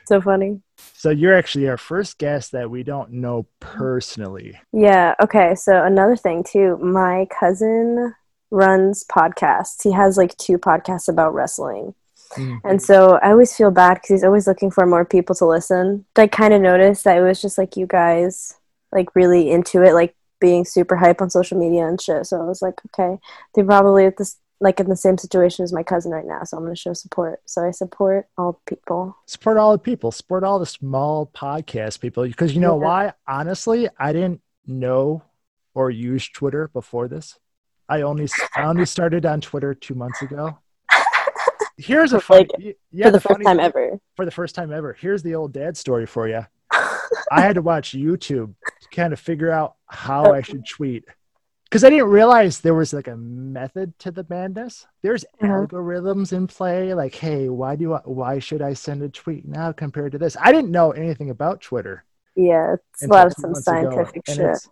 C: So funny.
A: So you're actually our first guest that we don't
C: [laughs]
A: know personally.
C: Yeah. Okay. So another thing too, my cousin runs podcasts. He has like two podcasts about wrestling.
A: Mm.
C: And so I always feel bad because he's always looking for more people to listen. I kind of noticed that it was just like you guys like really into it, like being super hype on social media and shit. So I was like, okay, they're probably at this like in the same situation as my cousin right now, so I'm gonna show support. So I support all people.
A: Support all the people. Support all the small podcast people. Because you know
C: Yeah.
A: why? Honestly, I didn't know or use Twitter before this. I only I only started on Twitter two months
C: [laughs]
A: ago. Here's a funny, yeah,
C: for the,
A: funny
C: first time
A: thing-
C: ever. [laughs]
A: for the first time ever. Here's the old dad story for you. I had to watch YouTube to kind of figure out
C: Oh.
A: how I should tweet because I didn't realize there was like a method to the madness. There's
C: Uh-huh.
A: algorithms in play. Like, hey, why do I, why should I send a tweet now compared to this? I didn't know anything about Twitter.
C: yeah, it's a
A: until
C: lot of
A: two
C: some
A: months ago,
C: scientific
A: and
C: shit.
A: It's,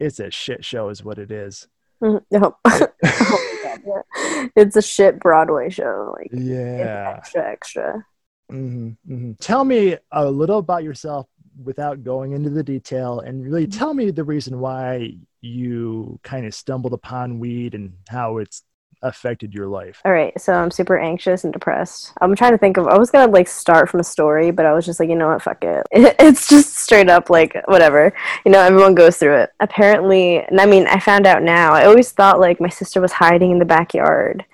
A: it's a shit show, is what it is.
C: Mhm. No. [laughs] Oh my God, yeah. It's a shit Broadway show. Like it's
A: yeah.
C: extra, extra.
A: hmm Tell me a little about yourself without going into the detail and really tell me the reason why you kind of stumbled upon weed and how it's affected your life.
C: All right, so I'm super anxious and depressed. I'm trying to think of. I was gonna like start from a story, but I was just like, you know what, fuck it. [laughs] It's just straight up like whatever. You know, everyone goes through it. Apparently, and I mean, I found out now. I always thought like my sister was hiding in the backyard,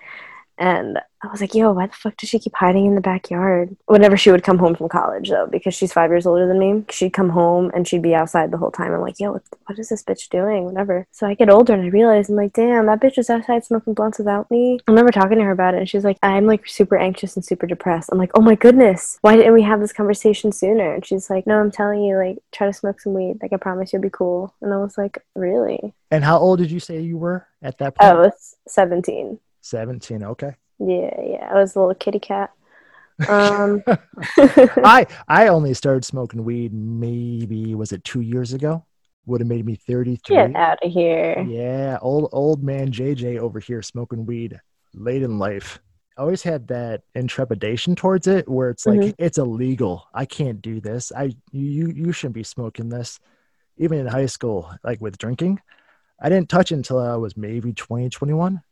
C: and I was like, yo, why the fuck does she keep hiding in the backyard? Whenever she would come home from college, though, because she's five years older than me, she'd come home and she'd be outside the whole time. I'm like, yo, what, what is this bitch doing? Whatever. So I get older and I realize, I'm like, damn, that bitch was outside smoking blunts without me. I remember talking to her about it, and she's like, I'm like super anxious and super depressed. I'm like, oh my goodness, why didn't we have this conversation sooner? And she's like, no, I'm telling you, like, try to smoke some weed. Like, I promise you'll be cool. And I was like, really?
A: And how old did you say you were at that
C: I
A: point?
C: was 17.
A: 17. Okay. [laughs]
C: Yeah, yeah. I was a little kitty cat. Um, [laughs]
A: I I only started smoking weed maybe was it 2 years ago? Would have made me 33.
C: get out of here.
A: Yeah, old old man JJ over here smoking weed late in life. I always had that intrepidation towards it where it's like
C: Mhm.
A: it's illegal. I can't do this. I you you shouldn't be smoking this. Even in high school, like with drinking, I didn't touch it until I was maybe 20, 21.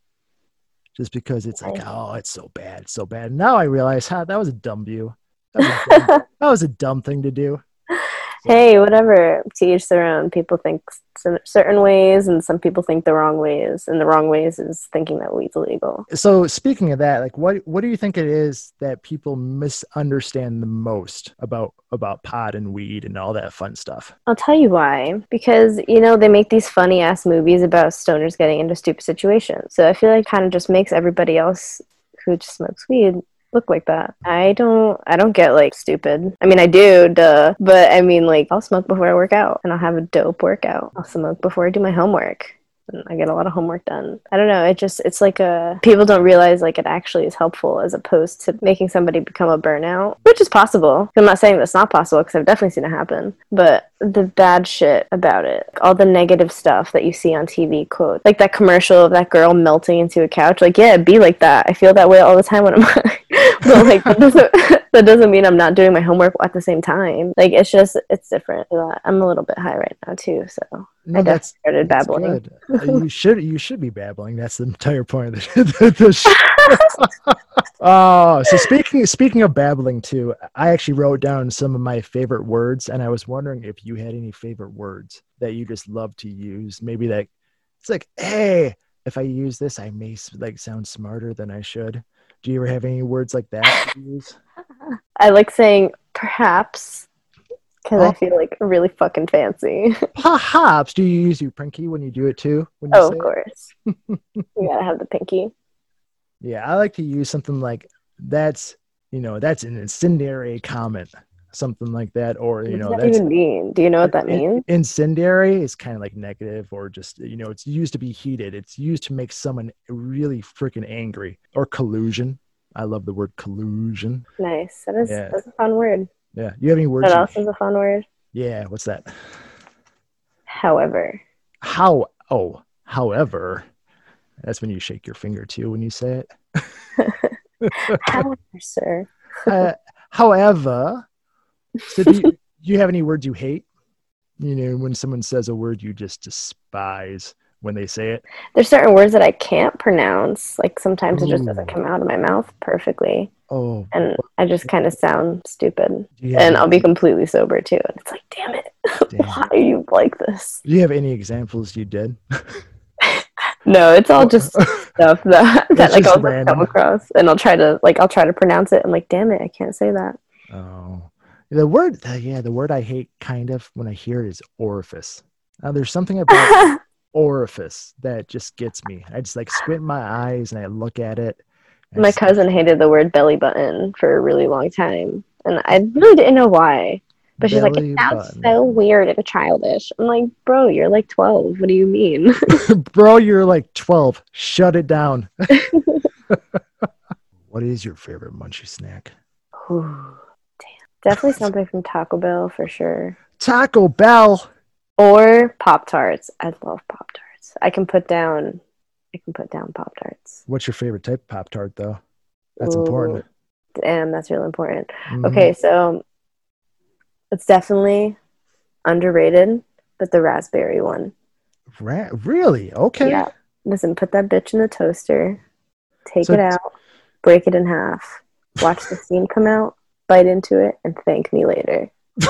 A: Just because it's like,
C: Right.
A: oh, it's so bad, it's so bad. Now I realize, huh, that was a dumb view. That was a dumb, [laughs] that was a dumb thing to do.
C: [laughs] hey, whatever. To each their own. People think s- certain ways, and some people think the wrong ways. And the wrong ways is thinking that weed's illegal.
A: so speaking of that like what what do you think it is that people misunderstand the most about about pot and weed and all that fun stuff
C: I'll tell you why. Because, you know, they make these funny ass movies about stoners getting into stupid situations. So I feel like kind of just makes everybody else who just smokes weed look like that. I don't I don't get like stupid. I mean I do, duh. But I mean like I'll smoke before I work out and I'll have a dope workout. I'll smoke before I do my homework. And I get a lot of homework done. I don't know, it just it's like a people don't realize like it actually is helpful as opposed to making somebody become a burnout, which is possible. I'm not saying that's not possible because I've definitely seen it happen, but the bad shit about it, all the negative stuff that you see on TV, quote, like that commercial of that girl melting into a couch, like yeah, be like that. I feel that way all the time when I'm [laughs] but like that doesn't, [laughs] that doesn't mean I'm not doing my homework at the same time. Like it's just it's different. I'm a little bit high right now too, so
A: no
C: I definitely started
A: that's
C: babbling.
A: good. Uh,
C: [laughs]
A: you should you should be babbling that's the entire point of the, [laughs] the, the
C: [laughs]
A: show. oh so speaking speaking of babbling too i actually wrote down some of my favorite words and i was wondering if you had any favorite words that you just love to use maybe that it's like hey if i use this i may s- like sound smarter than i should do you ever have any words like that to
C: [laughs]
A: use?
C: I like saying perhaps because
A: Oh.
C: I feel like really fucking fancy.
A: perhaps do you use your pinky when you do it too when you
C: oh,
A: say
C: of
A: it? [laughs]
C: course. you gotta have the pinky.
A: Yeah, I like to use something like that's you know that's an incendiary comment, something like that, or you know
C: what does that
A: that's
C: even mean? Do you know what that
A: in-
C: means?
A: incendiary is kind of like negative or just you know it's used to be heated. It's used to make someone really freaking angry or collusion. I love the word collusion.
C: Nice. That is
A: Yeah.
C: that's a fun word.
A: Yeah, you have any words?
C: What
A: you-
C: else is a fun word?
A: yeah, what's that? [laughs]
C: However.
A: How? Oh, however, that's when you shake your finger too when you say it.
C: However, sir.
A: uh, however, so do,
C: [laughs]
A: you, do you have any words you hate? You know, when someone says a word you just despise, when they say it.
C: There's certain words that I can't pronounce. Like sometimes it just
A: Mm.
C: doesn't come out of my mouth perfectly.
A: Oh,
C: And I just kind of sound stupid.
A: do you have,
C: And I'll be completely sober too. And it's like, damn it. [laughs]
A: Damn.
C: Why are you like this?
A: do you have any examples you did?
C: No, it's all just stuff that, [laughs] that
A: It's
C: like
A: just
C: I'll
A: random.
C: come across. And I'll try to like I'll try to pronounce it. I'm like, damn it, I can't say that.
A: [laughs] Oh, the word, uh, yeah, the word I hate kind of when I hear it is orifice. Now, there's something
C: [laughs]
A: about orifice that just gets me. I just like squint my eyes and I look at it. and
C: [laughs] my
A: it's like,
C: cousin hated the word belly button for a really long time. And I really didn't know why. But she's like,
A: "Belly
C: it sounds
A: button."
C: so weird and childish. I'm like, bro, you're like 12. What do you mean? [laughs]
A: Bro, you're like 12. Shut it down. [laughs] what is your favorite munchie snack?
C: Ooh, damn. Definitely something from Taco Bell for sure.
A: Taco Bell.
C: Or Pop Tarts. I love Pop Tarts. I can put down I can put down Pop Tarts.
A: What's your favorite type of Pop Tart, though? That's important.
C: Damn, that's really important.
A: Mhm.
C: Okay, so it's definitely underrated, but the raspberry one.
A: Ra- really? Okay.
C: Yeah. Listen, put that bitch in the toaster, take
A: So-
C: it out, break it in half, watch the steam come out, bite into it, and thank me later.
A: [laughs]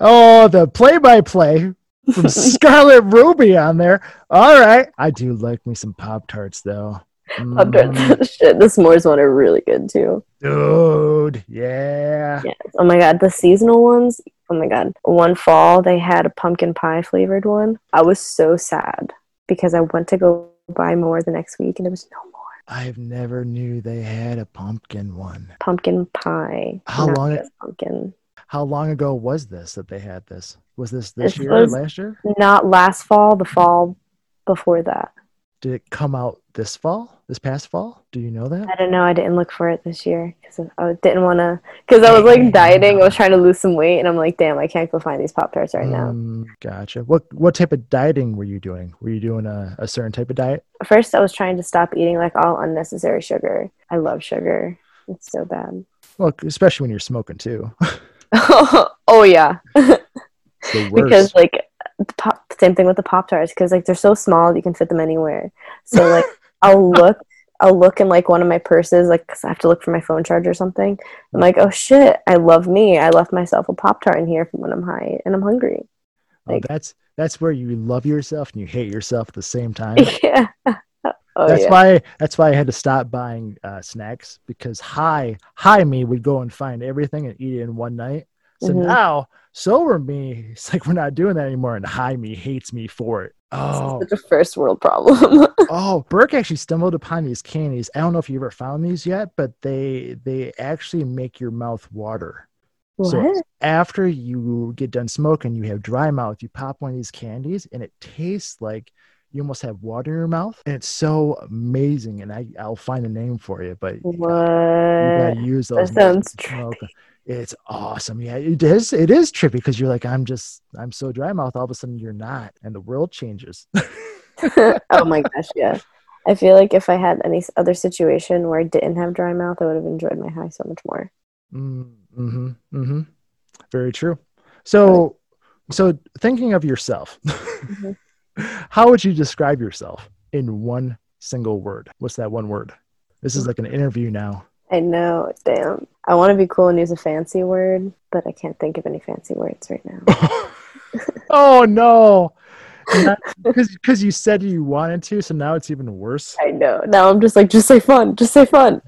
A: oh, the play by play
C: [laughs]
A: from Scarlet Ruby on there. All right. I do like me some Pop Tarts, though.
C: Pop Tarts, [laughs]
A: Mhm.
C: shit. The s'mores one are really good too.
A: Dude. Yeah.
C: Oh my god, the seasonal ones. Oh my god. One fall they had a pumpkin pie flavored one. I was so sad because I went to go buy more the next week and there was no more
A: I've never knew they had a pumpkin one.
C: pumpkin pie.
A: How
C: not
A: long-
C: just pumpkin.
A: How long ago was this that they had this? Was this this
C: This
A: year or
C: was-
A: last year?
C: Not last fall, the fall before that.
A: Did it come out this fall? This past fall? Do you know
C: I
A: that?
C: don't know. I didn't look for it this year because I didn't want to. Because I was like dieting. I was trying to lose some weight, and I'm like, damn, I can't go find these pop tarts right now.
A: Mm, gotcha. What what type of dieting were you doing? Were you doing a, a certain type of diet?
C: First, I was trying to stop eating like all unnecessary sugar. I love sugar. It's so bad. [laughs]
A: Well, especially when you're smoking too. [laughs]
C: oh yeah,
A: the worst.
C: because like the pop, same thing with the pop tarts because like they're so small you can fit them anywhere. So [laughs] like I'll look. I'll look in like one of my purses, like 'cause I have to look for my phone charger or something. I'm like, oh shit, I love me. I left myself a pop tart in here from when I'm high and I'm hungry.
A: Oh,
C: like-
A: that's that's where you love yourself and you hate yourself at the same
C: [laughs]
A: time.
C: yeah. Oh,
A: that's
C: yeah.
A: why that's why I had to stop buying uh, snacks because high high me would go and find everything and eat it in one night. So
C: Mhm.
A: now sober me, it's like we're not doing that anymore, and high me hates me for it. Oh,
C: Such a first world problem. [laughs]
A: oh! Burke actually stumbled upon these candies. I don't know if you ever found these yet, but they they actually make your mouth water.
C: what?
A: So after you get done smoking, you have dry mouth. You pop one of these candies, and it tastes like you almost have water in your mouth. And it's so amazing. And I, I'll find a name for you, but
C: what?
A: you gotta use those.
C: that
A: when you
C: sounds
A: smoke. It's awesome. Yeah, it is. It is trippy because you're like, I'm just, I'm so dry mouth. All of a sudden, you're not, and the world changes.
C: [laughs] oh my gosh, yeah. I feel like if I had any s- other situation where I didn't have dry mouth, I would have enjoyed my high so much more.
A: Mm-hmm. Mm-hmm. Very true. So, so thinking of yourself,
C: Mhm.
A: [laughs] how would you describe yourself in one single word? What's that one word? This is like an interview now.
C: I know, damn. I want to be cool and use a fancy word, but I can't think of any fancy words right now.
A: oh no, because you said you wanted to, so now it's even worse.
C: I know. Now I'm just like, just say fun, just say fun.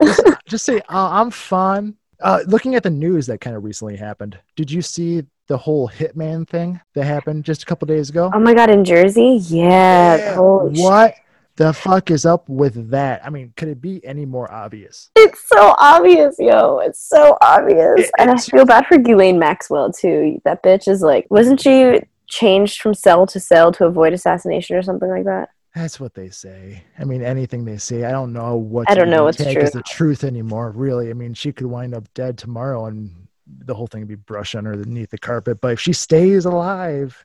A: Just say uh, I'm fun. Uh, looking at the news that kind of recently happened, did you see the whole hitman thing that happened just a couple days ago?
C: oh my god, in Jersey? Yeah.
B: Yeah,
C: Holy shit.
A: What the fuck is up with that? I mean, could it be any more obvious?
C: It's so obvious, yo. It's so obvious.
A: It-
C: and I
A: it's-
C: feel bad for Ghislaine Maxwell, too. That bitch is like, wasn't she changed from cell to cell to avoid assassination or something like that?
A: That's what they say. I mean, anything they say. I don't know what
C: I
A: to
C: don't know
A: even
C: what's
A: take
C: true.
A: as the truth anymore. Really, I mean, she could wind up dead tomorrow, and the whole thing would be brushed underneath the carpet. But if she stays alive,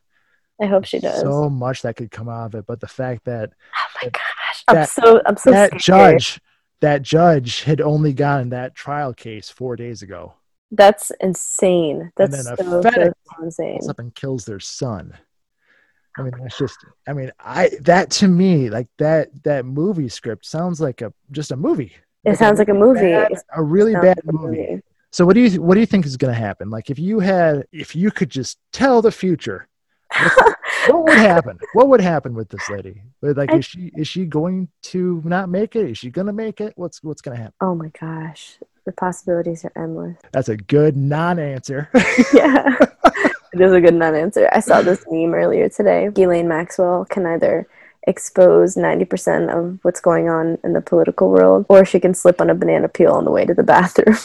C: I hope she does.
A: so much that could come out of it. But the fact that
C: oh my gosh. I'm
A: that-
C: so, I'm so
A: that
C: scared.
A: judge, that judge had only gotten that trial case four days ago,
C: That's insane.
A: And
C: That's so,
A: then a
C: so,
A: FedEx-
C: so insane.
A: comes up and kills their son. I mean, that's just. I mean, I that to me, like that that movie script sounds like a just a movie.
C: It sounds like a movie.
A: Bad-
C: It
A: a really
C: sounds
A: bad
C: like a
A: movie. So what do you what do you think is going to happen? Like if you had if you could just tell the future,
C: [laughs]
A: what would happen? What would happen with this lady? Like
C: I-
A: is she is she going to not make it? Is she going to make it? What's what's going to happen?
C: Oh my gosh. The possibilities are endless. [laughs]
A: That's a good non-answer. [laughs]
C: yeah. It is a good non answer. I saw this meme earlier today. Ghislaine Maxwell can either expose 90% of what's going on in the political world, or she can slip on a banana peel on the way to the [laughs] bathroom.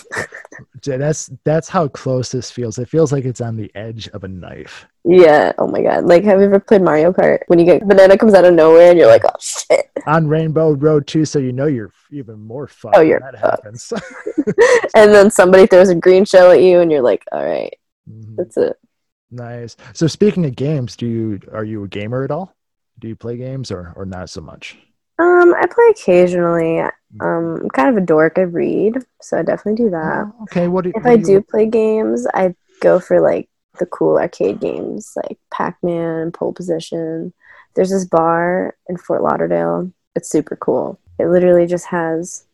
A: Yeah, that's that's how close this feels. It feels like it's on the edge of a knife.
C: yeah. Oh my God. Like, have you ever played Mario Kart? When you get banana comes out of nowhere and you're like, oh shit. [laughs]
A: On Rainbow Road too, so you know you're even more fucked.
C: Oh,
A: when
C: you're
A: that
C: fucked.
A: happens. [laughs]
C: and then somebody throws a green shell at you and you're like, all right,
A: Mhm.
C: that's it.
A: nice. So speaking of games, do you are you a gamer at all? Do you play games or or not so much?
C: Um, I play occasionally. Um, I'm kind of a dork. I read, so I definitely do that.
A: Oh, okay, what do,
C: Uh, If
A: what
C: I
A: you-
C: do play games, I go for like the cool arcade games like Pac Man, Pole Position. There's this bar in Fort Lauderdale. It's super cool. It literally just has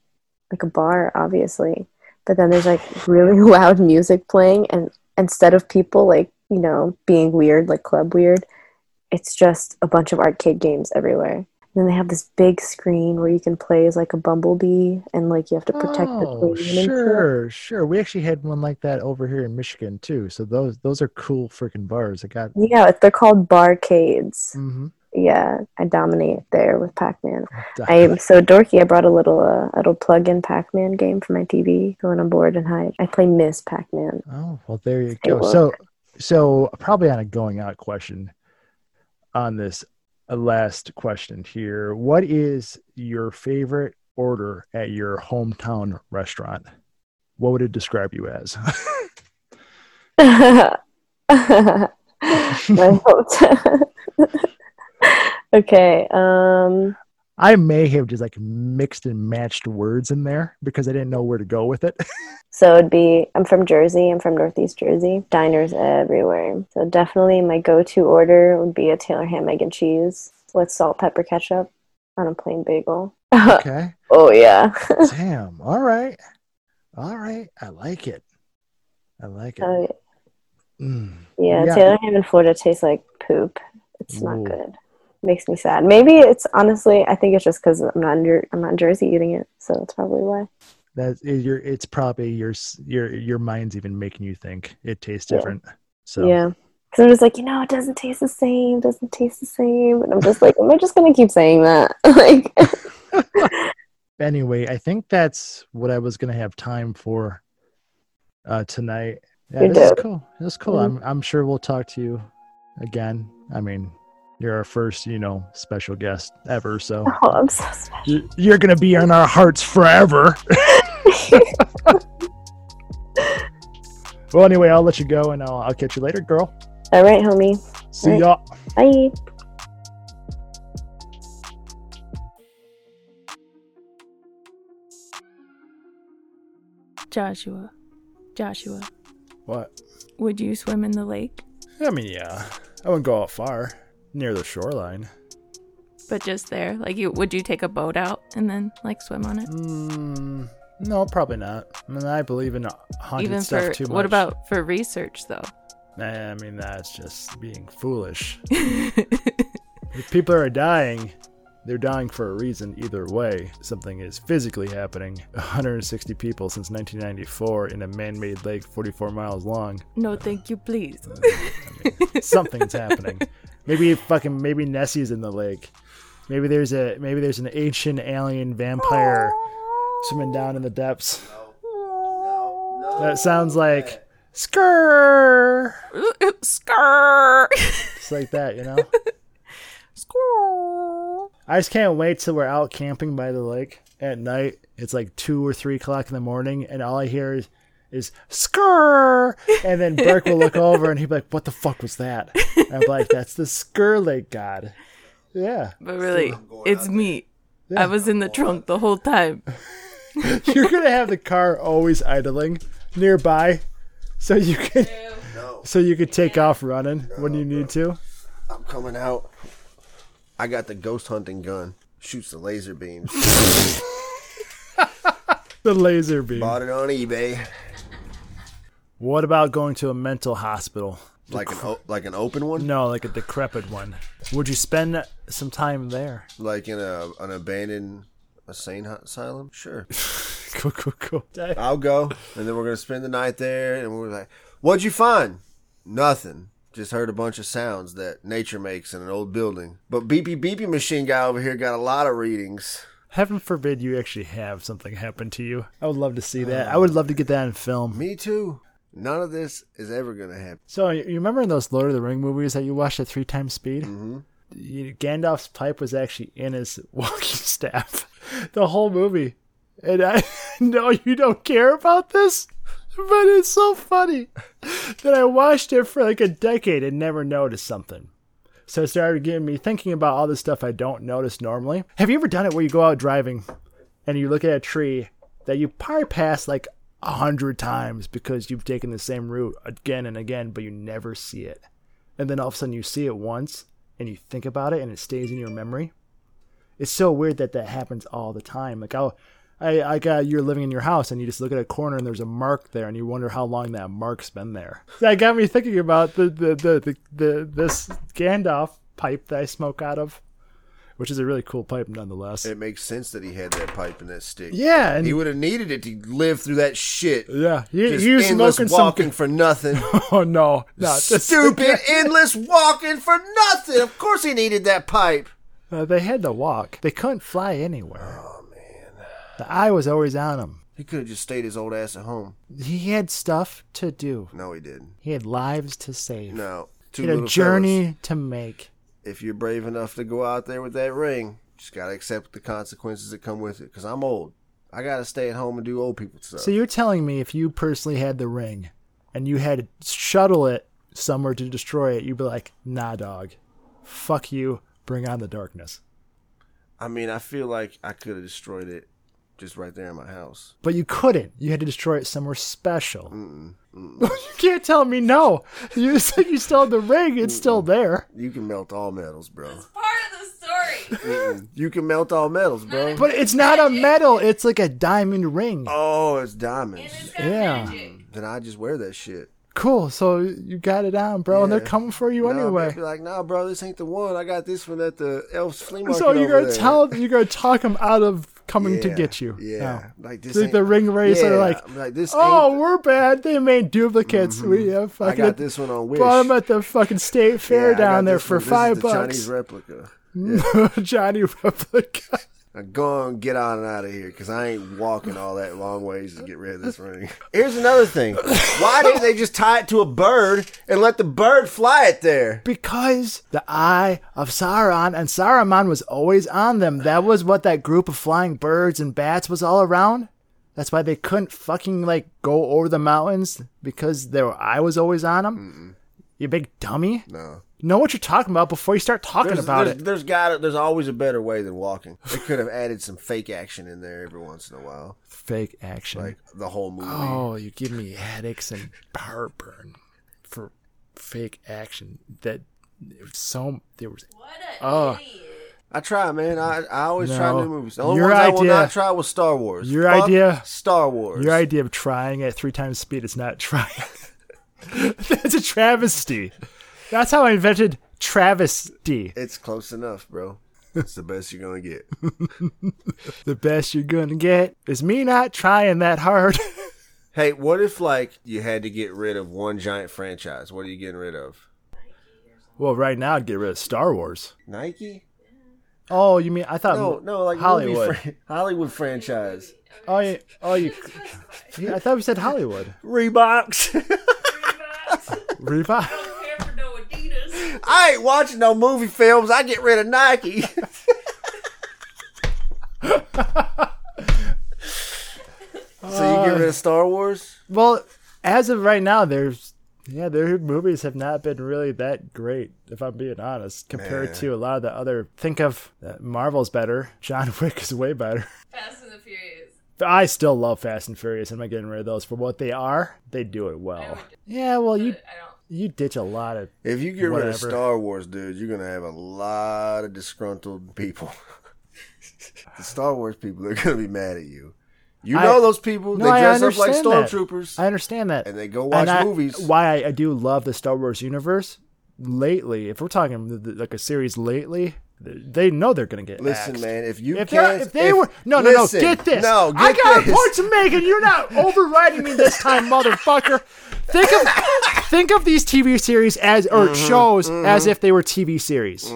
C: like a bar, obviously, but then there's like really [laughs] loud music playing, and instead of people like, you know, being weird, like club weird, it's just a bunch of arcade games everywhere. And then they have this big screen where you can play as like a bumblebee and like you have to protect
A: Oh,
C: the queen. and shit.
A: sure, sure. We actually had one like that over here in Michigan too. So those those are cool freaking bars. I got.
C: Yeah, it- they're called barcades.
A: Mm-hmm.
C: Yeah, I dominate there with Pac-Man. I am so dorky. I brought a little uh, little plug-in Pac-Man game for my TV. Go on board and hide. I play Miss Pac-Man. [laughs]
A: Oh well, there you
C: It
A: go.
C: worked.
A: So, so probably on a going out question, on this uh, last question here, what is your favorite order at your hometown restaurant? What would it describe you as? [laughs]
C: My hometown. [laughs] okay. Um.
A: I may have just like mixed and matched words in there because I didn't know where to go with it. [laughs]
C: So it'd be. I'm from Jersey. I'm from Northeast Jersey. Diners everywhere. So definitely, my go-to order would be a Taylor ham, egg, and cheese with salt, pepper, ketchup on a plain bagel.
A: okay.
C: Oh yeah.
A: Damn. All right. All right. I like it. I like it.
C: [laughs] Oh
A: Mm.
C: yeah.
A: Yeah.
C: Taylor ham in Florida tastes like poop. It's
A: Ooh.
C: not good. Makes me sad. Maybe it's honestly. I think it's just because I'm not in Jer- I'm not in Jersey eating it, so that's probably why.
A: That's it- your. It's probably your s- your your mind's even making you think it tastes
C: Yeah.
A: different. So
C: Yeah. Because I'm just like, you know, it doesn't taste the same. Doesn't taste the same. And I'm just like, am I just gonna keep saying that? [laughs] like,
A: anyway, I think that's what I was gonna have time for uh, tonight. Yeah,
C: You're
A: this is
C: dope.
A: cool. This is cool.
C: Mhm.
A: I'm I'm sure we'll talk to you again. I mean, you're our first, you know, special guest ever.
C: [laughs]
A: So
C: oh, I'm so special.
A: y- you're gonna be in our hearts forever. [laughs] Well, anyway, I'll let you go, and I'll, I'll catch you later, girl.
C: All right, homie.
A: See
C: Alright.
A: y'all.
C: Bye.
D: Joshua, Joshua,
A: What?
D: would you swim in the lake?
A: I mean, yeah, I wouldn't go out far near the shoreline.
D: But just there, like you would you take a boat out and then like swim on it?
A: Mm, no, probably not. I mean, I believe in haunted
D: Even
A: stuff
D: for
A: too much.
D: what about for research though?
A: Eh, I mean, that's just being foolish. if people are dying, they're dying for a reason. Either way, something is physically happening. [laughs] 160 people since 1994 in a man-made lake 44 miles long.
D: [laughs] no, thank you, please.
A: Something's happening. Maybe fucking maybe Nessie's in the lake. Maybe there's a maybe there's an ancient alien vampire swimming down in the depths. That sounds like skrrr.
D: Scar.
A: Just like that, you know? I just can't wait till we're out camping by the lake at night. It's like two or three o'clock in the morning, and all I hear is, is skrrr. And then Burke will look over and he'll be like, What the fuck was that? And I'm like, That's the Skrr Lake God. Yeah.
D: But really, it's me. I was in the trunk the whole time.
A: [laughs] You're going to have the car always idling nearby. So you can, so you could take off running when you need to.
B: I'm coming out. I got the ghost hunting gun. Shoots the laser beams.
A: The laser beam.
B: Bought it on eBay.
A: What about going to a mental hospital?
B: Like an o- like an open one.
A: No, like a decrepit one. Would you spend some time there? [laughs]
B: Like in a an abandoned insane asylum. Sure.
A: Cool, cool, cool.
B: I'll go, and then we're gonna spend the night there. And we're like, "What'd you find?" Nothing. Just heard a bunch of sounds that nature makes in an old building. But beepy beepy machine guy over here got a lot of readings.
A: Heaven forbid you actually have something happen to you. I would love to see that. I would love to get that in film.
B: Me too. None of this is ever gonna happen.
A: So you you remember in those Lord of the Ring movies that you watched at three times speed? Mm-hmm. Gandalf's pipe was actually in his [laughs] walking staff, the whole movie. And I [laughs] know you don't care about this, but it's so funny that I watched it for like a decade and never noticed something. So it started getting me thinking about all the stuff I don't notice normally. Have you ever done it where you go out driving and you look at a tree that you probably pass like a hundred times because you've taken the same route again and again, but you never see it. And then all of a sudden you see it once and you think about it and it stays in your memory. It's so weird that that happens all the time. Like I'll, I, I got you're living in your house and you just look at a corner and there's a mark there and you wonder how long that mark's been there. That got me thinking about the the the, the, the this Gandalf pipe that I smoke out of, which is a really cool pipe nonetheless.
B: It makes sense that he had that pipe and that stick.
A: yeah, and
B: He would have needed it to live through that shit.
A: yeah, you,
B: Just
A: you're
B: endless
A: smoking
B: walking
A: something.
B: for nothing.
A: [laughs] Oh no,
B: [laughs]
A: no, this- [laughs]
B: Stupid endless walking for nothing. Of course he needed that pipe.
A: Uh, they had to walk. They couldn't fly anywhere. Oh man, the eye was always on him.
B: He could have just stayed his old ass at home.
A: He had stuff to do.
B: No, he didn't.
A: He had lives to save.
B: No. Two
A: he had a
B: little
A: journey
B: fellas.
A: to make.
B: If you're brave enough to go out there with that ring, just gotta accept the consequences that come with it. Cause I'm old. I gotta stay at home and do old people stuff.
A: So you're telling me if you personally had the ring and you had to shuttle it somewhere to destroy it, you'd be like, nah, dog. Fuck you. Bring on the darkness.
B: I mean, I feel like I could have destroyed it just right there in my house.
A: But you couldn't. You had to destroy it somewhere special.
B: Mm,
A: [laughs] you can't tell me no. You [laughs] said you still had the ring.
B: Mm,
A: It's still there.
B: You can melt all metals, bro.
D: Part of
B: [laughs]
D: the story.
B: You can melt all metals, bro.
A: But it's not a metal. It's like a diamond ring.
B: Oh, it's diamonds.
A: Yeah.
B: Then I just wear that shit.
A: Cool. So you got it on, bro. And they're
B: Yeah.
A: coming for you
B: No,
A: anyway.
B: I'd be like, nah, bro, this ain't the one. I got this one at the elf's flea market.
A: So you're
B: over
A: gonna
B: there.
A: tell you're gonna talk them out of coming to
B: Yeah,
A: get you.
B: Yeah,
A: No.
B: like this.
A: It's like
B: ain't-
A: the ring race are
B: Yeah,
A: like,
B: I'm like this.
A: oh,
B: ain't-
A: we're bad. They made duplicates. We have
B: Mm-hmm. I
A: fucking
B: got this one on Wish.
A: bought 'em at the fucking state
B: Yeah,
A: fair
B: I got
A: down there
B: this
A: for
B: one. This is
A: five
B: the Chinese
A: bucks.
B: replica.
A: [laughs] Johnny replica.
B: Now go on, get on out of here, because I ain't walking all that long ways to get rid of this ring.
A: [laughs]
B: Here's another thing. Why didn't they just tie it to a bird and let the bird fly it there?
A: Because the eye of Sauron and Saruman was always on them. That was what that group of flying birds and bats was all around. That's why they couldn't fucking like go over the mountains because their eye was always on them. You big dummy.
B: No.
A: Know what you're talking about before you start talking
B: There's,
A: about
B: there's,
A: it.
B: there's got there's always a better way than walking. They could have added some fake action in there every once in a while,
A: Fake action.
B: like the whole movie.
A: oh, you give me headaches and heartburn for fake action. That it was so there was Oh.
B: I try, man. I, I always try
A: No.
B: new movies. The only
A: Your
B: ones I will
A: idea-
B: not try was Star Wars.
A: Your
B: Fuck
A: idea-
B: Star Wars.
A: Your idea of trying at three times speed is not [laughs] trying. That's a travesty. That's how I invented travesty.
B: It's close enough,
A: [laughs]
B: bro. It's the best you're gonna get.
A: The best you're gonna get is me not trying that hard. [laughs]
B: hey, what if like you had to get rid of one giant franchise? What are you getting rid of?
A: well, right now I'd get rid of Star Wars.
B: Nike?
A: Oh, you mean I thought
B: No, no, like movie
A: Hollywood?
B: fran- Hollywood franchise.
A: oh, you, oh, you. I thought we said Hollywood.
B: Reeboks.
A: [laughs] Revive.
B: [laughs] I ain't watching no movie films. I get rid of Nike. [laughs] so
A: Uh,
B: you get rid of Star Wars?
A: Well, as of right now, there's yeah, their movies have not been really that great, if I'm being honest, compared
B: Man.
A: to a lot of the other. Think of uh, Marvel's better, John [laughs] Wick is way better.
D: Fast and the Furious.
A: But I still love Fast and Furious. I'm not getting rid of those for what they are. They do it well. Yeah, well, you
D: I don't.
A: you ditch a lot of
B: If you get rid of
A: Whatever.
B: Star Wars, dude, you're gonna have a lot of disgruntled people. [laughs] the Star Wars people are gonna be mad at you. You
A: I-
B: know those people.
A: No,
B: they
A: I
B: dress up like
A: understand that.
B: stormtroopers,
A: I understand that.
B: and they go watch
A: And I-
B: movies.
A: Why I, I do love the Star Wars universe lately. If we're talking th- th- like a series lately, th- they know they're gonna get.
B: Listen,
A: axed.
B: man, if you
A: If, they're-
B: can't,
A: if they were no no
B: listen,
A: no get this
B: no,
A: I
B: get
A: got
B: this.
A: a point to make and you're not overriding me this time
B: [laughs]
A: motherfucker think of think of these TV series as or
B: Mm-hmm,
A: shows as if they were TV series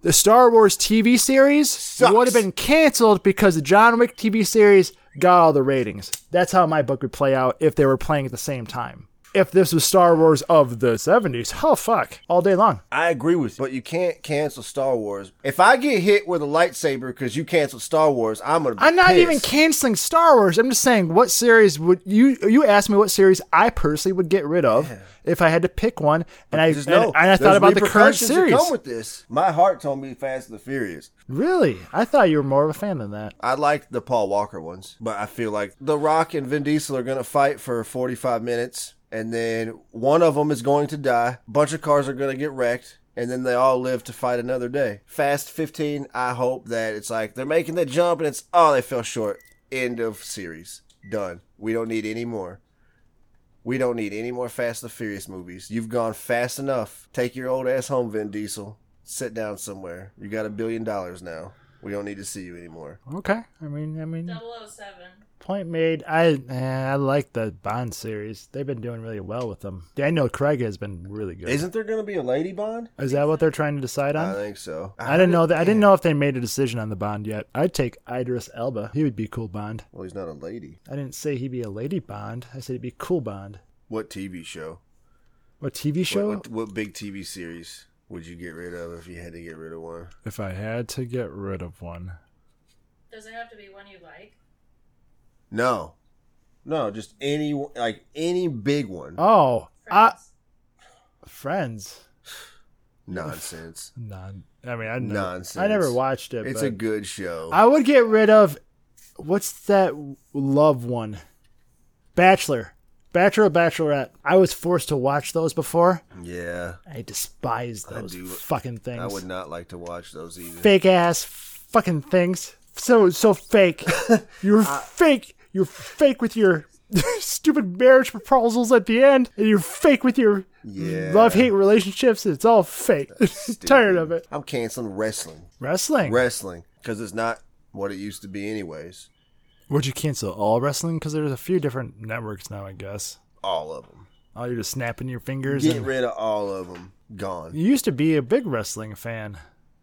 A: the Star Wars TV series would have been canceled because the John Wick TV series got all the ratings that's how my book would play out if they were playing at the same time if this was Star Wars of the 70s oh fuck all day long
B: I agree with you, but you can't cancel Star Wars. If I get hit with a lightsaber because you canceled Star Wars, I'm gonna. Be
A: I'm not
B: pissed.
A: even canceling Star Wars. I'm just saying, what series would you you asked me what series I personally would get rid of if I had to pick one, and I
B: There's
A: and,
B: no-
A: and I thought
B: there's
A: about the current
B: repercussions that
A: series.
B: Come with this. My heart told me Fast and the Furious.
A: really, I thought you were more of a fan than that.
B: I liked the Paul Walker ones, but I feel like The Rock and Vin Diesel are going to fight for 45 minutes, and then one of them is going to die. bunch of cars are going to get wrecked, and then they all live to fight another day. Fast 15, I hope that it's like they're making the jump, and it's, oh, they fell short. End of series. Done. We don't need any more. We don't need any more Fast and Furious movies. You've gone fast enough. Take your old ass home, Vin Diesel. Sit down somewhere. You got a billion dollars now. We don't need to see you anymore.
A: Okay, I mean, I mean,
D: 007.
A: point made. I eh, I like the Bond series. They've been doing really well with them. Daniel Craig has been really good.
B: Isn't there going to be a lady Bond?
A: Is that what they're trying to decide
B: I
A: on?
B: think so.
A: I didn't know that. I didn't know if they made a decision on the Bond yet. I'd take Idris Elba. He would be cool Bond.
B: [laughs] Well, he's not a lady.
A: I didn't say he'd be a lady Bond. I said he'd be cool Bond.
B: What TV show?
A: What TV show?
B: What, what, what big TV series would you get rid of if you had to get rid of one?
A: If I had to get rid of one,
D: Does it have to be one you like?
B: No, no, just any like any big one.
A: oh, friends. friends. [laughs]
B: Nonsense.
A: Non. I mean, I never,
B: Nonsense.
A: I never watched it.
B: It's
A: but
B: a good show.
A: I would get rid of. What's that love one? Bachelor, Bachelor, or Bachelorette. I was forced to watch those before.
B: yeah,
A: I despise those
B: do-
A: fucking things.
B: I would not like to watch those either.
A: Fake ass fucking things. So so [laughs] fake. You're fake. You're fake with your [laughs] stupid marriage proposals at the end, and you're fake with your
B: Yeah.
A: love hate relationships. It's all fake. [laughs] Tired of it.
B: I'm canceling wrestling.
A: Wrestling.
B: Wrestling because it's not what it used to be, anyways.
A: Would you cancel all wrestling? Because there's a few different networks now, I guess.
B: All of them.
A: Oh, you're just snapping your fingers.
B: Get
A: and-
B: rid of all of them. Gone.
A: you used to be a big wrestling fan,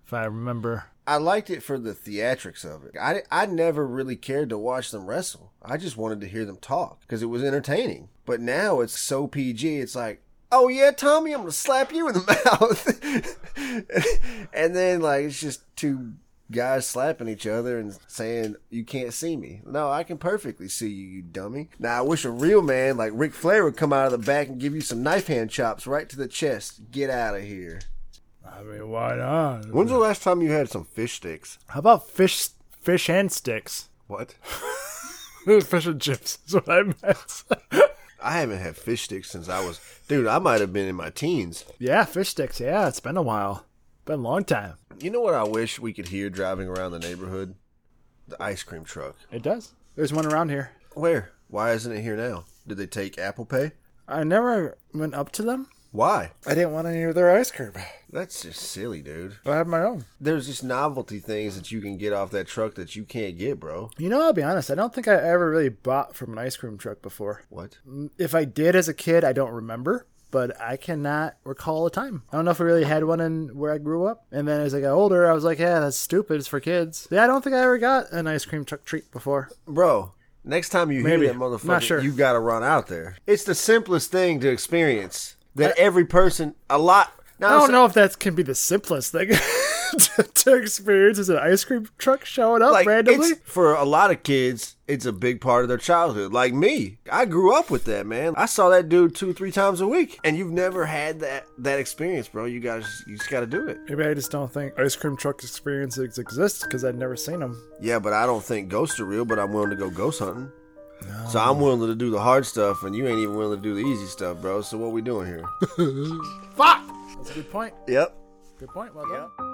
A: if I remember.
B: I liked it for the theatrics of it. I, I never really cared to watch them wrestle. I just wanted to hear them talk because it was entertaining. But now it's so PG. It's like, oh yeah, Tommy, I'm gonna slap you in the [laughs] mouth, and then like it's just two guys slapping each other and saying you can't see me. No, I can perfectly see you, you dummy. Now I wish a real man like Ric Flair would come out of the back and give you some knife hand chops right to the chest. Get out of here.
A: I mean, why not?
B: When's the last time you had some fish sticks?
A: How about fish, fish and sticks? [laughs]
B: What?
A: fish and chips is what I meant. [laughs]
B: I haven't had fish sticks since I was, dude. I might have been in my teens.
A: yeah, fish sticks. Yeah, it's been a while. Been a long time.
B: You know what I wish we could hear driving around the neighborhood? The ice cream truck.
A: It does. There's one around here.
B: Where? Why isn't it here now? Did they take Apple Pay?
A: I never went up to them.
B: Why?
A: I didn't want any of their ice cream.
B: That's just silly, dude.
A: I have my own.
B: There's just novelty things that you can get off that truck that you can't get, bro.
A: You know, I'll be honest. I don't think I ever really bought from an ice cream truck before.
B: What?
A: If I did as a kid, I don't remember, but I cannot recall a time. I don't know if we really had one in where I grew up. And then as I got older, I was like, yeah, that's stupid. It's for kids. Yeah, I don't think I ever got an ice cream truck treat before.
B: Bro, next time you
A: Maybe.
B: hear that motherfucker,
A: Not sure.
B: you gotta run out there. It's the simplest thing to experience that every person, a lot. Now,
A: I don't
B: so-
A: know if that can be the simplest thing [laughs] to, to experience is an ice cream truck showing up
B: like
A: randomly.
B: it's- for a lot of kids it's a big part of their childhood like me i grew up with that man i saw that dude two three times a week and you've never had that that experience bro you guys you just gotta do it
A: Maybe I just don't think ice cream truck experiences exist because I'd never seen them.
B: yeah but i don't think ghosts are real but i'm willing to go ghost hunting So I'm willing to do the hard stuff, and you ain't even willing to do the easy stuff, bro. So what we doing here?
A: Fuck! That's a good point.
B: yep.
A: Good point. Well done.